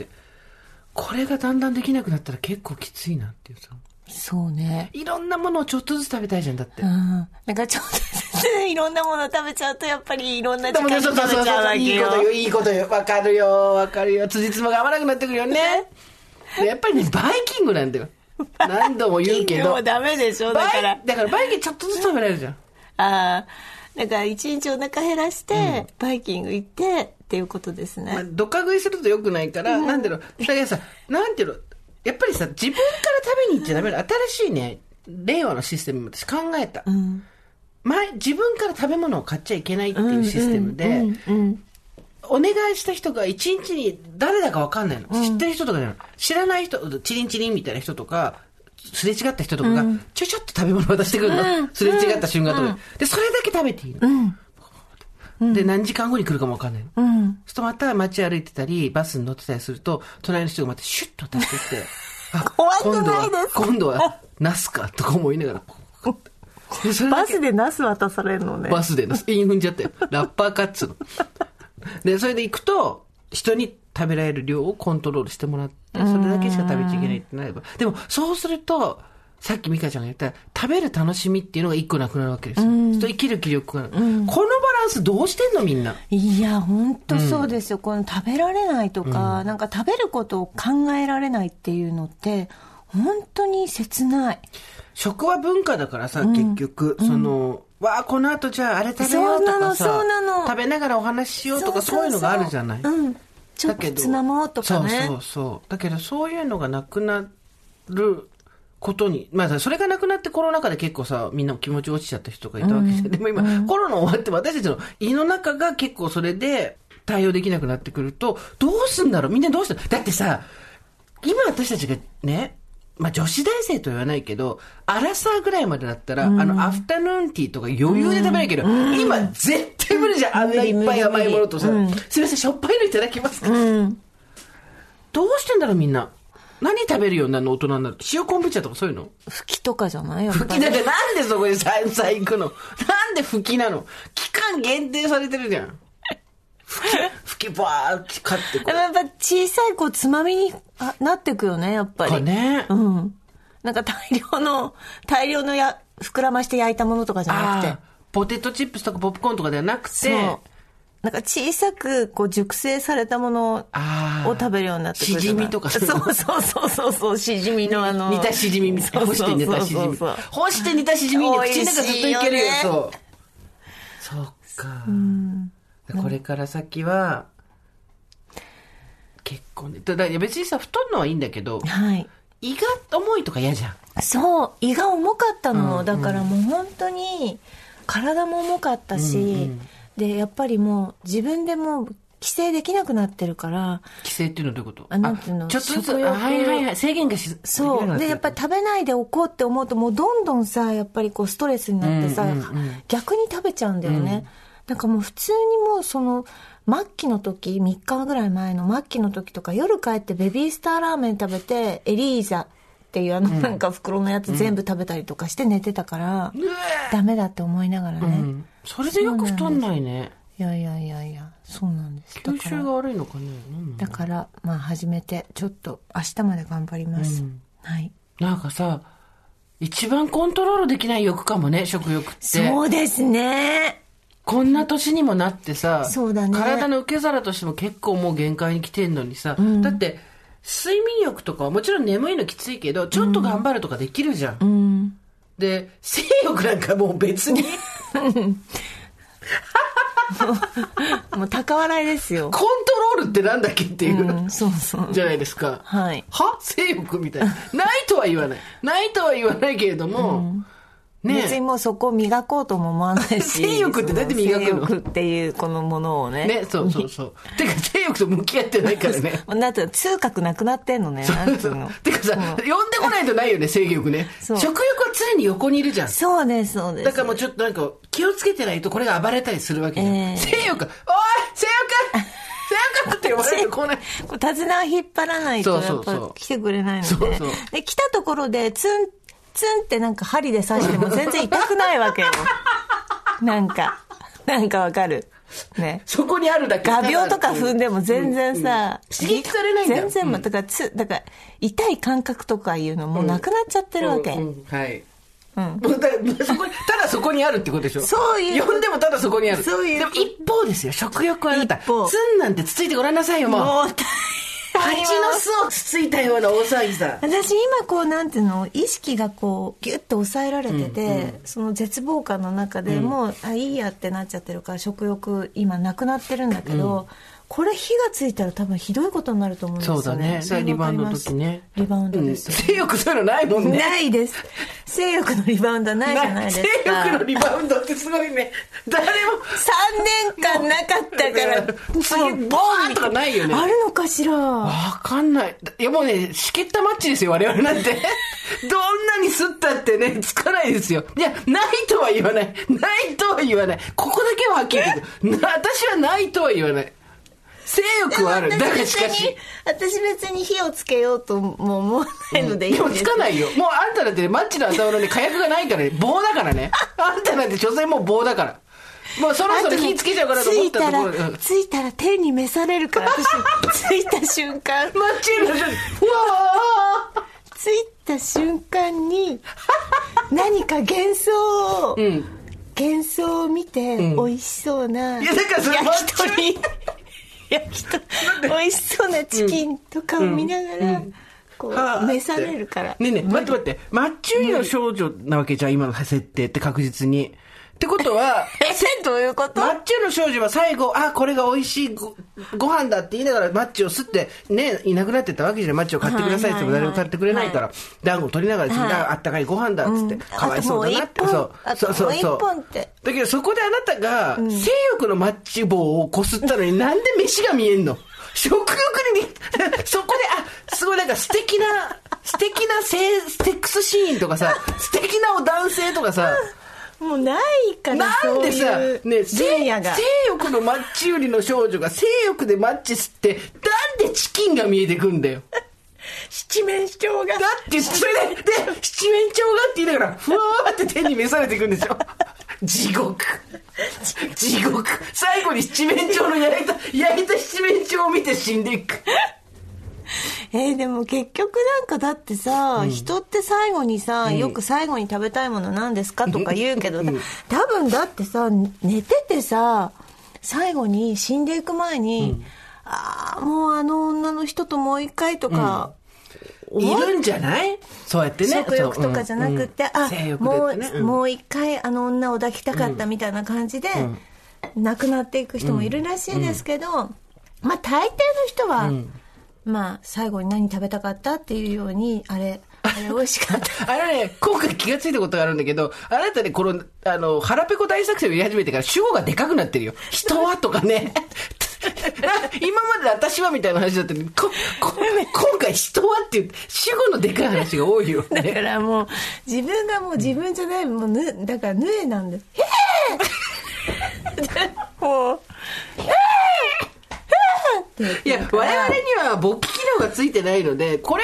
Speaker 2: これがだんだんできなくなったら結構きついなっていうさ、
Speaker 3: そうね
Speaker 2: いろんなものをちょっとずつ食べたいじゃんだって
Speaker 3: う。んだからちょっとずつ いろんなもの食べちゃうとやっぱりいろんな時
Speaker 2: でも
Speaker 3: 間
Speaker 2: ね、そ
Speaker 3: に食
Speaker 2: う
Speaker 3: べ
Speaker 2: そうそう
Speaker 3: ちゃうわ
Speaker 2: そう。
Speaker 3: け
Speaker 2: いいこと
Speaker 3: よ
Speaker 2: よ、いいことよ。わかるよ、わかるよ。辻褄が合わなくなってくる よね。でやっぱりね、バイキングなんだよ。何度も言うけ
Speaker 3: キング
Speaker 2: ど。バ
Speaker 3: も
Speaker 2: イ
Speaker 3: ダメでしょだから
Speaker 2: だからバイキングちょっとずつ食べられるじゃん。
Speaker 3: ああだから一日お腹減らして、バイキング行ってっていうことですね、
Speaker 2: まあ、どっか食いすると良くないから、なんだろう。だからさ、なんていうの、やっぱりさ、自分から食べに行っちゃダメだ。新しいね、令和のシステム私考えた。前、自分から食べ物を買っちゃいけないっていうシステムで、お願いした人が一日に誰だか分かんないの、知ってる人とかじゃない知らない人チリンチリンみたいな人とかすれ違った人とかが、ちょちょっと食べ物渡してくるの、すれ違った瞬間とかで,、でそれだけ食べていいの、で何時間後に来るかも分かんないの、そうするとまた街歩いてたりバスに乗ってたりすると隣の人がまたシュッと渡してき てあ
Speaker 3: 怖くないです
Speaker 2: 今度は今度はナスかとか思いながらでそれだけ
Speaker 3: バスでナス渡されるのね
Speaker 2: バスでの、スピン踏んじゃったよ。ラッパーカッツの。で、それで行くと、人に食べられる量をコントロールしてもらって、それだけしか食べちゃいけないってなれば。でも、そうすると、さっき美香ちゃんが言った、食べる楽しみっていうのが一個なくなるわけですよ。そうすると生きる気力がない。このバランスどうしてんのみんな。
Speaker 3: いや本当そうですよ、この食べられないとか、なんか食べることを考えられないっていうのって本当に切ない
Speaker 2: 食は文化だからさ、結局、その、わあ、この後じゃああれ食べようとかさ、
Speaker 3: そうなのそうなの
Speaker 2: 食べながらお話ししようとかそういうのがあるじゃない。
Speaker 3: うんちょっとつまもうとかね
Speaker 2: そうそうそうだけどそういうのがなくなることに、まあさ、それがなくなってコロナ禍で結構さ、みんな気持ち落ちちゃった人がいたわけじゃん。でも今、コロナ終わって私たちの胃の中が結構それで対応できなくなってくると、どうすんだろうみんなどうすんだってさ、今私たちがね、まあ女子大生とは言わないけど、アラサーぐらいまでだったら、あの、アフタヌーンティーとか余裕で食べないけど、今絶対無理じゃん。あんないっぱい甘いものとさ、すいません、しょっぱいのいただきますか、どうしてんだろうみんな。何食べるようになるの大人になると。塩昆布茶とかそういうの
Speaker 3: 吹きとかじゃないやっぱ
Speaker 2: 吹
Speaker 3: り
Speaker 2: きだってなんでそこに山菜行くのなんで吹きなの期間限定されてるじゃん。吹き、吹きばーって買ってこ
Speaker 3: でもやっぱ小さいこうつまみにあなってくよねやっぱ
Speaker 2: う。か
Speaker 3: り、
Speaker 2: ね。
Speaker 3: うんなんか大量の大量のや膨らまして焼いたものとかじゃなくて
Speaker 2: あーポテトチップスとかポップコーンとかではなくて、
Speaker 3: そうなんか小さくこう熟成されたものを
Speaker 2: あー
Speaker 3: 食べるようになってくるじゃ
Speaker 2: しじ
Speaker 3: ない
Speaker 2: みとか
Speaker 3: そう そうそうそうそうしじみのあの
Speaker 2: 煮たしじみみたいな。干して煮たしじみ。
Speaker 3: そうそうそう
Speaker 2: 干して煮たしじみに口の中ずっといけるよ
Speaker 3: 美味しいよね。
Speaker 2: そう。そっか。これから先は、結婚で。ただ、いや別にさ、太るのはいいんだけど、
Speaker 3: はい
Speaker 2: 胃が重いとか嫌じゃん。
Speaker 3: そう胃が重かったの、だからもう本当に体も重かったし、でやっぱりもう自分でもう規制できなくなってるから
Speaker 2: 規制っていうのはどういうこと
Speaker 3: あなんていうの
Speaker 2: ちょっとずつ、
Speaker 3: 食欲
Speaker 2: はいはいはい、制限がし、
Speaker 3: そうでやっぱり食べないでおこうって思うともうどんどんさやっぱりこうストレスになってさ、逆に食べちゃうんだよね、なんかもう普通にもうその末期の時3日ぐらい前の末期の時とか夜帰ってベビースターラーメン食べてエリーザっていうあのなんか袋のやつ全部食べたりとかして寝てたから、ダメだって思いながらね、
Speaker 2: うんそれでよく太んないね。
Speaker 3: いやいやいやいやそうなんですだ
Speaker 2: 吸
Speaker 3: か
Speaker 2: 収
Speaker 3: ら
Speaker 2: が悪いのかね。うん
Speaker 3: だからまあ始めてちょっと明日まで頑張ります、はい
Speaker 2: なんかさ、一番コントロールできない欲かもね、食欲って。
Speaker 3: そうですね
Speaker 2: こんな年にもなってさ、
Speaker 3: そうだね
Speaker 2: 体の受け皿としても結構もう限界に来てんのにさ、だって、睡眠欲とかはもちろん眠いのきついけど、ちょっと頑張るとかできるじゃん。で、性欲なんかもう別に、
Speaker 3: もう高笑いですよ。
Speaker 2: コントロールってなんだっけっていう。
Speaker 3: うん、そうそう。
Speaker 2: じゃないですか。
Speaker 3: はい
Speaker 2: は性欲みたいな。ないとは言わない。ないとは言わないけれども、
Speaker 3: 別に
Speaker 2: ね
Speaker 3: もうそこを磨こうとも思わないし。
Speaker 2: 性欲ってだって磨くの
Speaker 3: そ性欲っていうこのものをね。
Speaker 2: え。ね、そうそう そう。てか、性欲と向き合ってないからね。
Speaker 3: もうなんていうの痛覚なくなってんのね。なんていうの。
Speaker 2: てかさ、呼んでこないとないよね、性欲ね。
Speaker 3: そ
Speaker 2: 食
Speaker 3: う
Speaker 2: 欲は常に横にいるじゃん。
Speaker 3: そうです、そうです。
Speaker 2: だからもうちょっとなんか、気をつけてないとこれが暴れたりするわけじゃん。
Speaker 3: ええ
Speaker 2: 性欲、おい性欲性欲って言わ れるとこうない。
Speaker 3: こう手綱引っ張らないと
Speaker 2: そ
Speaker 3: や
Speaker 2: う
Speaker 3: っ
Speaker 2: そうそう
Speaker 3: ぱ来てくれないので
Speaker 2: そうそう
Speaker 3: で来たところでツンツンってなんか針で刺しても全然痛くないわけよなんかなんかわかるね
Speaker 2: そこにあるだけ。
Speaker 3: 画鋲とか踏んでも全然さ、
Speaker 2: うん刺激されないんだ
Speaker 3: 全然もうだからつだから痛い感覚とかいうのもうなくなっちゃってるわけ、
Speaker 2: うんうんはい、もうだそこにただそこにあるってことでしょ
Speaker 3: そういうこと
Speaker 2: 呼んでもただそこにある
Speaker 3: そういう
Speaker 2: で
Speaker 3: こ
Speaker 2: も
Speaker 3: と
Speaker 2: 一方ですよ食欲はあなた
Speaker 3: 一方
Speaker 2: ツンなんてつついてごらんなさいよもう
Speaker 3: もう大
Speaker 2: 蜂
Speaker 3: 変
Speaker 2: の巣をつついたような大騒ぎさ
Speaker 3: 私今こうなんていうの意識がこうギュッと抑えられてて、その絶望感の中でもう、あいいやってなっちゃってるから食欲今なくなってるんだけど、これ火がついたら多分ひどいことになると思うんですよね
Speaker 2: そうだね
Speaker 3: それ
Speaker 2: リバウンドの時ね
Speaker 3: わかりますリバウンドです、
Speaker 2: 性欲そういうのないもんね
Speaker 3: ないです性欲のリバウンドはないじゃないです
Speaker 2: 性
Speaker 3: か
Speaker 2: 欲のリバウンドってすごいね誰も
Speaker 3: 3年間なかったから
Speaker 2: も う
Speaker 3: そう
Speaker 2: ボーンとかないよね
Speaker 3: あるのかしら
Speaker 2: わかんない。いやもうね、しけったマッチですよ、我々 なんて。どんなに吸ったってね、つかないですよ。いや、ないとは言わない。ないとは言わない。ここだけははっきり言うけど、な私はないとは言わない。性欲はある。だからしかし。
Speaker 3: 私別に火をつけようとも思わないのでいい
Speaker 2: で
Speaker 3: ん
Speaker 2: も
Speaker 3: で
Speaker 2: つ
Speaker 3: す
Speaker 2: かないよ。もうあんただってね、マッチの頭のね、火薬がないからね、棒だから ね。あんたなんて所詮もう棒だから。もうそろそろ火つけちゃうかなと思ったところで。
Speaker 3: ついた
Speaker 2: う
Speaker 3: ら、
Speaker 2: ん
Speaker 3: ついたら手に召されるから、私、ついた瞬間、
Speaker 2: マッチの人 に、うわー
Speaker 3: ついた瞬間 に、何か幻想を、幻想を見て、美味しそうな、
Speaker 2: いやだからそれ
Speaker 3: 焼き鳥、 焼き鳥、美味しそうなチキンとかを見ながら、こ
Speaker 2: はあ
Speaker 3: う、召されるから。
Speaker 2: ねえねえ、待って待って。マッチュイの少女なわけじゃん、今の設定って確実に。ってことは、
Speaker 3: え、どういうこと
Speaker 2: マッチョの少女は最後、あ、これが美味しいごご飯だって言いながらマッチを吸って、ね、いなくなってったわけじゃん。マッチを買ってくださいって言っても
Speaker 3: はい
Speaker 2: 誰
Speaker 3: はいはい
Speaker 2: も買ってくれないから、団子取りながら、
Speaker 3: はい
Speaker 2: ああったかいご飯だっつって、かわいそうだなって。
Speaker 3: あと
Speaker 2: そ
Speaker 3: もう
Speaker 2: う
Speaker 3: 一本。
Speaker 2: そうそう
Speaker 3: あと
Speaker 2: そ
Speaker 3: もう
Speaker 2: う
Speaker 3: 一本って。
Speaker 2: だけどそこであなたが、性欲のマッチ棒をこすったのになんで飯が見えんの食欲に、 そこで、あ、すごいなんか素敵な、素敵なセセックスシーンと かさ、素敵なお男性とかさ、
Speaker 3: もうないから
Speaker 2: なんでさ
Speaker 3: そうい、う
Speaker 2: ね、
Speaker 3: 前
Speaker 2: 性
Speaker 3: 夜が
Speaker 2: 性欲のマッチ売りの少女が性欲でマッチ吸って、なんでチキンが見えてくんだよ。
Speaker 3: 七面鳥が
Speaker 2: だって、それで、で、七面鳥がって言いながら、ふわーって手に召されていくんでしょ。地獄。地獄。最後に七面鳥の焼いた、焼いた七面鳥を見て死んでいく。
Speaker 3: えーでも結局なんかだってさ、人って最後にさ、よく最後に食べたいものなんですかとか言うけど、多分だってさ寝ててさ最後に死んでいく前に、ああもうあの女の人ともう一回とか、
Speaker 2: い
Speaker 3: 思っ
Speaker 2: るんじゃないそうやってね。
Speaker 3: 食欲とかじゃなくって、
Speaker 2: そううんうん性欲でってね
Speaker 3: あもう、もう一回あの女を抱きたかったみたいな感じで、亡くなっていく人もいるらしいですけど、まあ大抵の人は、まあ最後に何食べたかったっていうようにあれあれ美味し かった
Speaker 2: あれね、今回気がついたことがあるんだけど、あなたね、この、あの、腹ペコ大作戦を言い始めてから主語がでかくなってるよ。人はとかね。 今まで私はみたいな話だったのに、こ、こ、今回人はっていう、主語のでかい話が多いよ
Speaker 3: だ
Speaker 2: ね。
Speaker 3: からもう自分がもう自分じゃないもうぬだからヌエなんです「へ え! 」もう
Speaker 2: いや、我々には勃起機能がついてないので、これ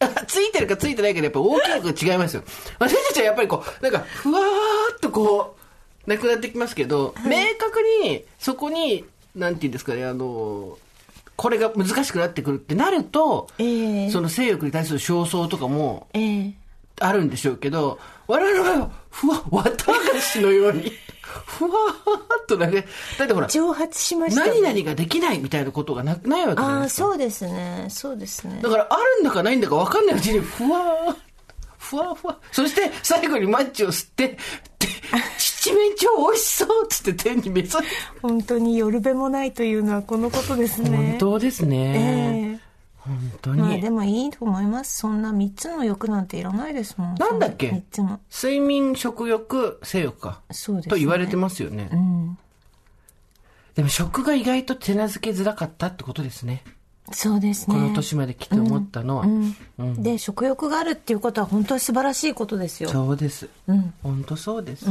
Speaker 2: が、ついてるかついてないかでやっぱ大きく違いますよ。私たちはやっぱりこう、なんか、ふわーっとこう、なくなってきますけど、明確に、そこに、なんていうんですかね、あの、これが難しくなってくるってなると、
Speaker 3: ええ
Speaker 2: その性欲に対する焦燥とかも
Speaker 3: ええ
Speaker 2: あるんでしょうけど、我々は、ふわ、綿菓子のように、ふわーっとなんか、だってほら、
Speaker 3: 蒸発しましたね
Speaker 2: 何々ができないみたいなことがなないわけじゃない
Speaker 3: あ
Speaker 2: で
Speaker 3: あ
Speaker 2: すか。
Speaker 3: そうですねそうですね
Speaker 2: だからあるんだかないんだか分かんないうちにふわーふわふわそして最後にマッチを吸ってで七面鳥美味しそうっつって手に目覚め
Speaker 3: 本当によるべもないというのはこのことですね。
Speaker 2: 当です
Speaker 3: え
Speaker 2: ね、
Speaker 3: え
Speaker 2: 本当
Speaker 3: まあでもいいと思います。そんな三つの欲なんていらないですもん。
Speaker 2: なんだっけ
Speaker 3: そ三つの。
Speaker 2: 睡眠食欲性欲か
Speaker 3: そうですね
Speaker 2: と言われてますよね、でも食が意外と手なずけづらかったってことですね
Speaker 3: そうですね。
Speaker 2: この年まで来て思ったのは、
Speaker 3: うんで、食欲があるっていうことは本当に素晴らしいことですよ。
Speaker 2: そうです、本当そうです、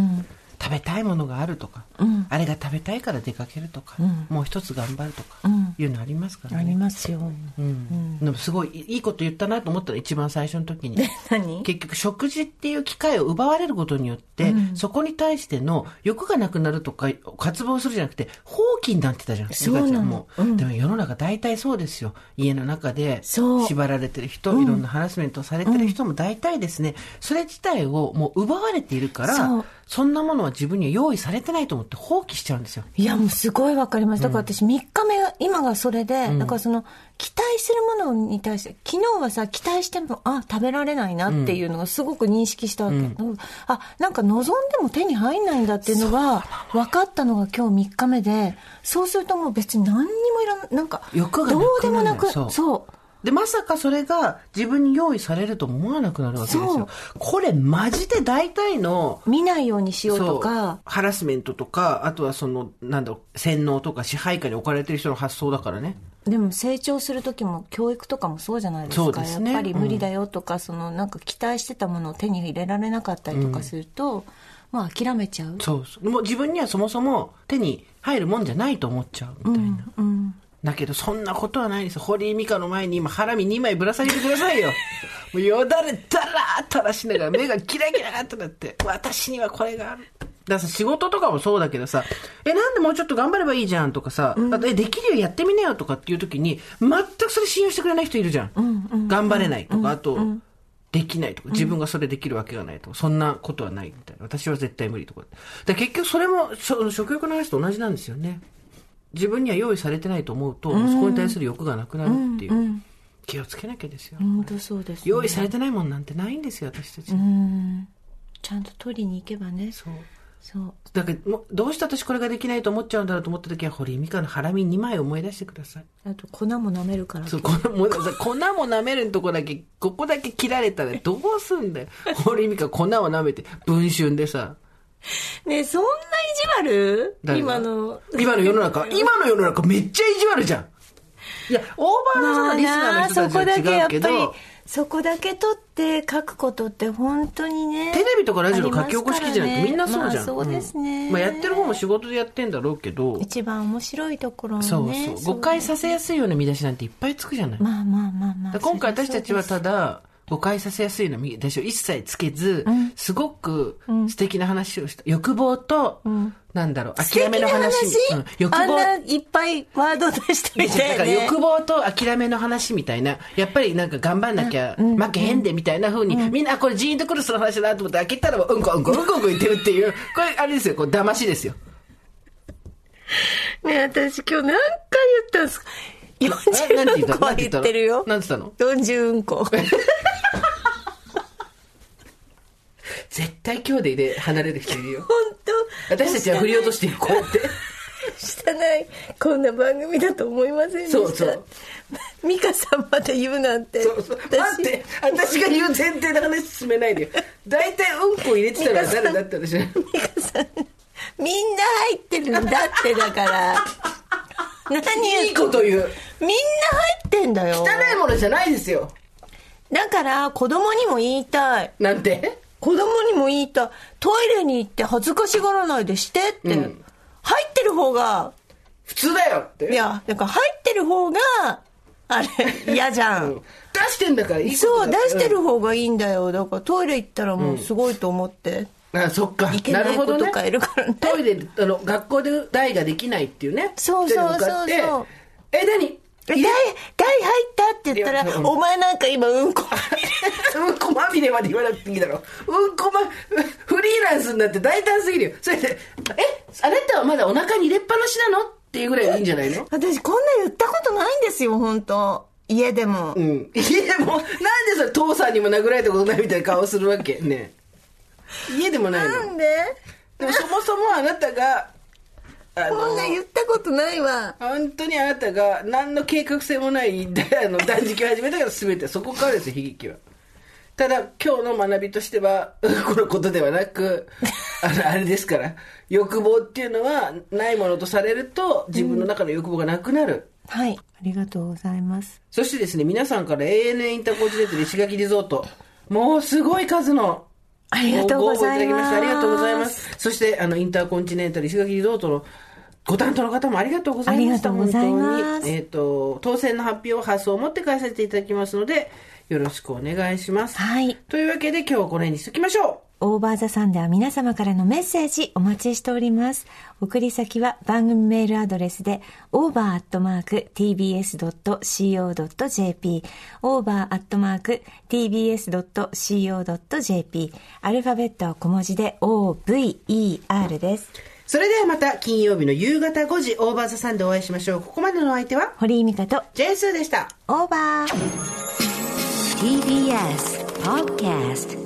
Speaker 2: 食べたいものがあるとか、あれが食べたいから出かけるとか、もう一つ頑張るとか、いうのありますから
Speaker 3: あり
Speaker 2: ね、
Speaker 3: ますよ。
Speaker 2: うんでもすごいいいいこと言ったなと思ったの一番最初の時に
Speaker 3: 何
Speaker 2: 結局食事っていう機会を奪われることによって、そこに対しての欲がなくなるとか渇望するじゃなくて放棄になってたじゃん
Speaker 3: そうなの
Speaker 2: ゆかちゃんも、でも世の中大体そうですよ家の中で
Speaker 3: そう
Speaker 2: 縛られてる人、いろんなハラスメントをされてる人も大体ですね、それ自体をもう奪われているから
Speaker 3: そう
Speaker 2: そんなものは自分には用意されてないと思って放棄しちゃうんですよ
Speaker 3: いや、もうすごいわかります。だから私3日目が、今がそれで、だからその、期待するものに対して、昨日はさ、期待しても、あ、食べられないなっていうのがすごく認識したわけ。うんあ、なんか望んでも手に入んないんだっていうのが、分かったのが今日3日目で、そうするともう別に何にもいらん、なんか、
Speaker 2: 欲がなくなる
Speaker 3: どうでもなく、
Speaker 2: そう
Speaker 3: そう。
Speaker 2: でまさかそれが自分に用意されるとも思わなくなるわけです
Speaker 3: そ
Speaker 2: よ
Speaker 3: う
Speaker 2: これマジで大体の
Speaker 3: 見ないようにしようとか
Speaker 2: そう、ハラスメントとかあとはそのなんだろう洗脳とか支配下に置かれてる人の発想だからね
Speaker 3: でも成長する時も教育とかもそうじゃないです
Speaker 2: そう
Speaker 3: か
Speaker 2: ですね
Speaker 3: やっぱり無理だよとか、そのなんか期待してたものを手に入れられなかったりとかすると、まあ諦めちゃう
Speaker 2: そうそうもう自分にはそもそも手に入るもんじゃないと思っちゃうみたいな、だけどそんなことはないです堀井美香の前に今ハラミ2枚ぶら下げてください よもうよだれだらー垂らしながら目がキラキラーってなって私にはこれがあるだからさ仕事とかもそうだけどさえなんでもうちょっと頑張ればいいじゃんとかさ、あとえできるよやってみなよとかっていう時に全くそれ信用してくれない人いるじゃん,、頑張れないとか、あと、できないとか、自分がそれできるわけがないとか、そんなことはないみたいな。私は絶対無理とか。で結局それも、そ食欲の話と同じなんですよね。自分には用意されてないと思うと、そこに対する欲がなくなるっていう。気をつけなきゃですよ。
Speaker 3: 本当そうです、ね、
Speaker 2: 用意されてないもんなんてないんですよ、私たち。
Speaker 3: ちゃんと取りに行けばね
Speaker 2: そう。
Speaker 3: そう
Speaker 2: だからもうどうして私これができないと思っちゃうんだろうと思った時は堀井美香のハラミ2枚思い出してください
Speaker 3: あと粉も舐めるから
Speaker 2: そう粉も粉も舐めるとこだけここだけ切られたらどうすんだよ堀井美香粉を舐めて文春でさ
Speaker 3: ねえそんな意地悪
Speaker 2: 誰が
Speaker 3: 今の
Speaker 2: 今の世の中今の世の中めっちゃ意地悪じゃんいやオーバーラ
Speaker 3: ま
Speaker 2: ー
Speaker 3: あ
Speaker 2: のリスナーの
Speaker 3: な
Speaker 2: 人た
Speaker 3: そ
Speaker 2: ち
Speaker 3: こだけ
Speaker 2: は違
Speaker 3: や
Speaker 2: う
Speaker 3: っ
Speaker 2: け
Speaker 3: ぱり
Speaker 2: ど
Speaker 3: そこだけ取って書くことって本当にね
Speaker 2: テレビとかラジオの書き起こし記事なんてみんなそうじゃ
Speaker 3: まあ
Speaker 2: ん、
Speaker 3: そうですね、
Speaker 2: うんまあ、やってる方も仕事でやってんだろうけど、
Speaker 3: 一番面白いところをね
Speaker 2: そうそう誤解させやすいような見出しなんていっぱいつくじゃない、
Speaker 3: まあまあまあまあ
Speaker 2: だから今回私たちは
Speaker 3: そりゃ
Speaker 2: ただ誤解させやすいような見出しを一切つけず、すごく素敵な話をした、欲望と、なんだろう
Speaker 3: そ
Speaker 2: 諦
Speaker 3: うです
Speaker 2: めの話
Speaker 3: 素敵な
Speaker 2: うん
Speaker 3: 話、
Speaker 2: 欲
Speaker 3: あん
Speaker 2: 望
Speaker 3: ないっぱいワード出してみ た
Speaker 2: だか
Speaker 3: い
Speaker 2: ら
Speaker 3: ね
Speaker 2: 欲望と諦めの話みたいな、やっぱりなんか頑張んなきゃ負けへんでみたいな風に、みんなあこれジーンとくるその話だなと思って開けたらうんこうんこうんこうんこ言ってるっていう、これあれですよ、こう騙しですよ。
Speaker 3: ねえ私今日何回言ったんですか
Speaker 2: えなんて言
Speaker 3: 40
Speaker 2: った
Speaker 3: うんこは言ってるよ
Speaker 2: なんて言ったの
Speaker 3: 40うんこ
Speaker 2: 絶対今日で入れ離れる人いるよ。
Speaker 3: 本当
Speaker 2: 私たちは振り落としてる、こうやって。
Speaker 3: 汚いこんな番組だと思いませんでした
Speaker 2: そうそう
Speaker 3: 美香さんまで言うなんて
Speaker 2: そうそう
Speaker 3: 私
Speaker 2: 待って私が言う前提で話進めないでよ大体うんこ入れてたら誰だったでしょ
Speaker 3: 美香さんみんな入ってるんだってだから 何言う
Speaker 2: いいこと言う
Speaker 3: みんな入ってんだよ
Speaker 2: 汚いものじゃないですよ
Speaker 3: だから子供にも言いたい
Speaker 2: なんて
Speaker 3: 子供にも言いたいトイレに行って恥ずかしがらないでしてって、
Speaker 2: うん
Speaker 3: 入ってる方が
Speaker 2: 普通だよって
Speaker 3: いやだから入ってる方があれ嫌じゃ
Speaker 2: うんん出してんだからいいこと
Speaker 3: そう出
Speaker 2: だ
Speaker 3: してる方がいいんだよだからトイレ行ったらもうすごいと思って、
Speaker 2: あそっか
Speaker 3: いけ
Speaker 2: な
Speaker 3: ない
Speaker 2: るほど
Speaker 3: 子
Speaker 2: ね
Speaker 3: とかいるからね
Speaker 2: トイレあの学校で台ができないっていうね
Speaker 3: そうそうそうそ
Speaker 2: 一
Speaker 3: う
Speaker 2: 人で向かってえ何
Speaker 3: 大大入ったって言った
Speaker 2: いや
Speaker 3: ら
Speaker 2: う
Speaker 3: 「
Speaker 2: ん
Speaker 3: お前なんか今うんこ」
Speaker 2: うんこまみれまで言わなくていいだろうんこまフリーランスになって大胆すぎるよそれで「えあなたはまだお腹に入れっぱなしなの?」っていうぐらいでいいんじゃないの
Speaker 3: 私こんな言ったことないんですよ本当家でも、
Speaker 2: うん家でもなんでそれ父さんにも殴られたことないみたいな顔するわけねえ家でもない
Speaker 3: な
Speaker 2: の
Speaker 3: んで
Speaker 2: でもそもそもあなたがあ
Speaker 3: こんな言ったことないわ
Speaker 2: 本当にあなたが何の計画性もない であの断食を始めたから全てそこからですよ悲劇はただ今日の学びとしては このことではなくあのあれですから欲望っていうのはないものとされると自分の中の欲望がなくなる、
Speaker 3: はいありがとうございます
Speaker 2: そしてですね皆さんから ANA インターコーチネートで石垣リゾートもうすごい数の
Speaker 3: ありがとうござい
Speaker 2: ご応募ただき
Speaker 3: ま
Speaker 2: し
Speaker 3: す
Speaker 2: たありがとうございますそしてあのインターコンチネンタル石垣リゾートのご担当の方もありがとうございました
Speaker 3: ありがとうございます
Speaker 2: 本当にえっ、と当選の発表を発送を持って返させていただきますのでよろしくお願いします
Speaker 3: はい
Speaker 2: というわけで今日はこの辺にしときましょ
Speaker 3: オーバーザさんでは皆様からのメッセージお待ちしております。送り先は番組メールアドレスで over.tbs.co.jp over.tbs.co.jp アルファベットは小文字で over です。
Speaker 2: うそれではまた金曜日の夕方5時オーバーザさんでお会いしましょうここまでのお相手は
Speaker 3: 堀井美香と
Speaker 2: ジェイスーでした
Speaker 3: オーバー
Speaker 1: TBS Podcast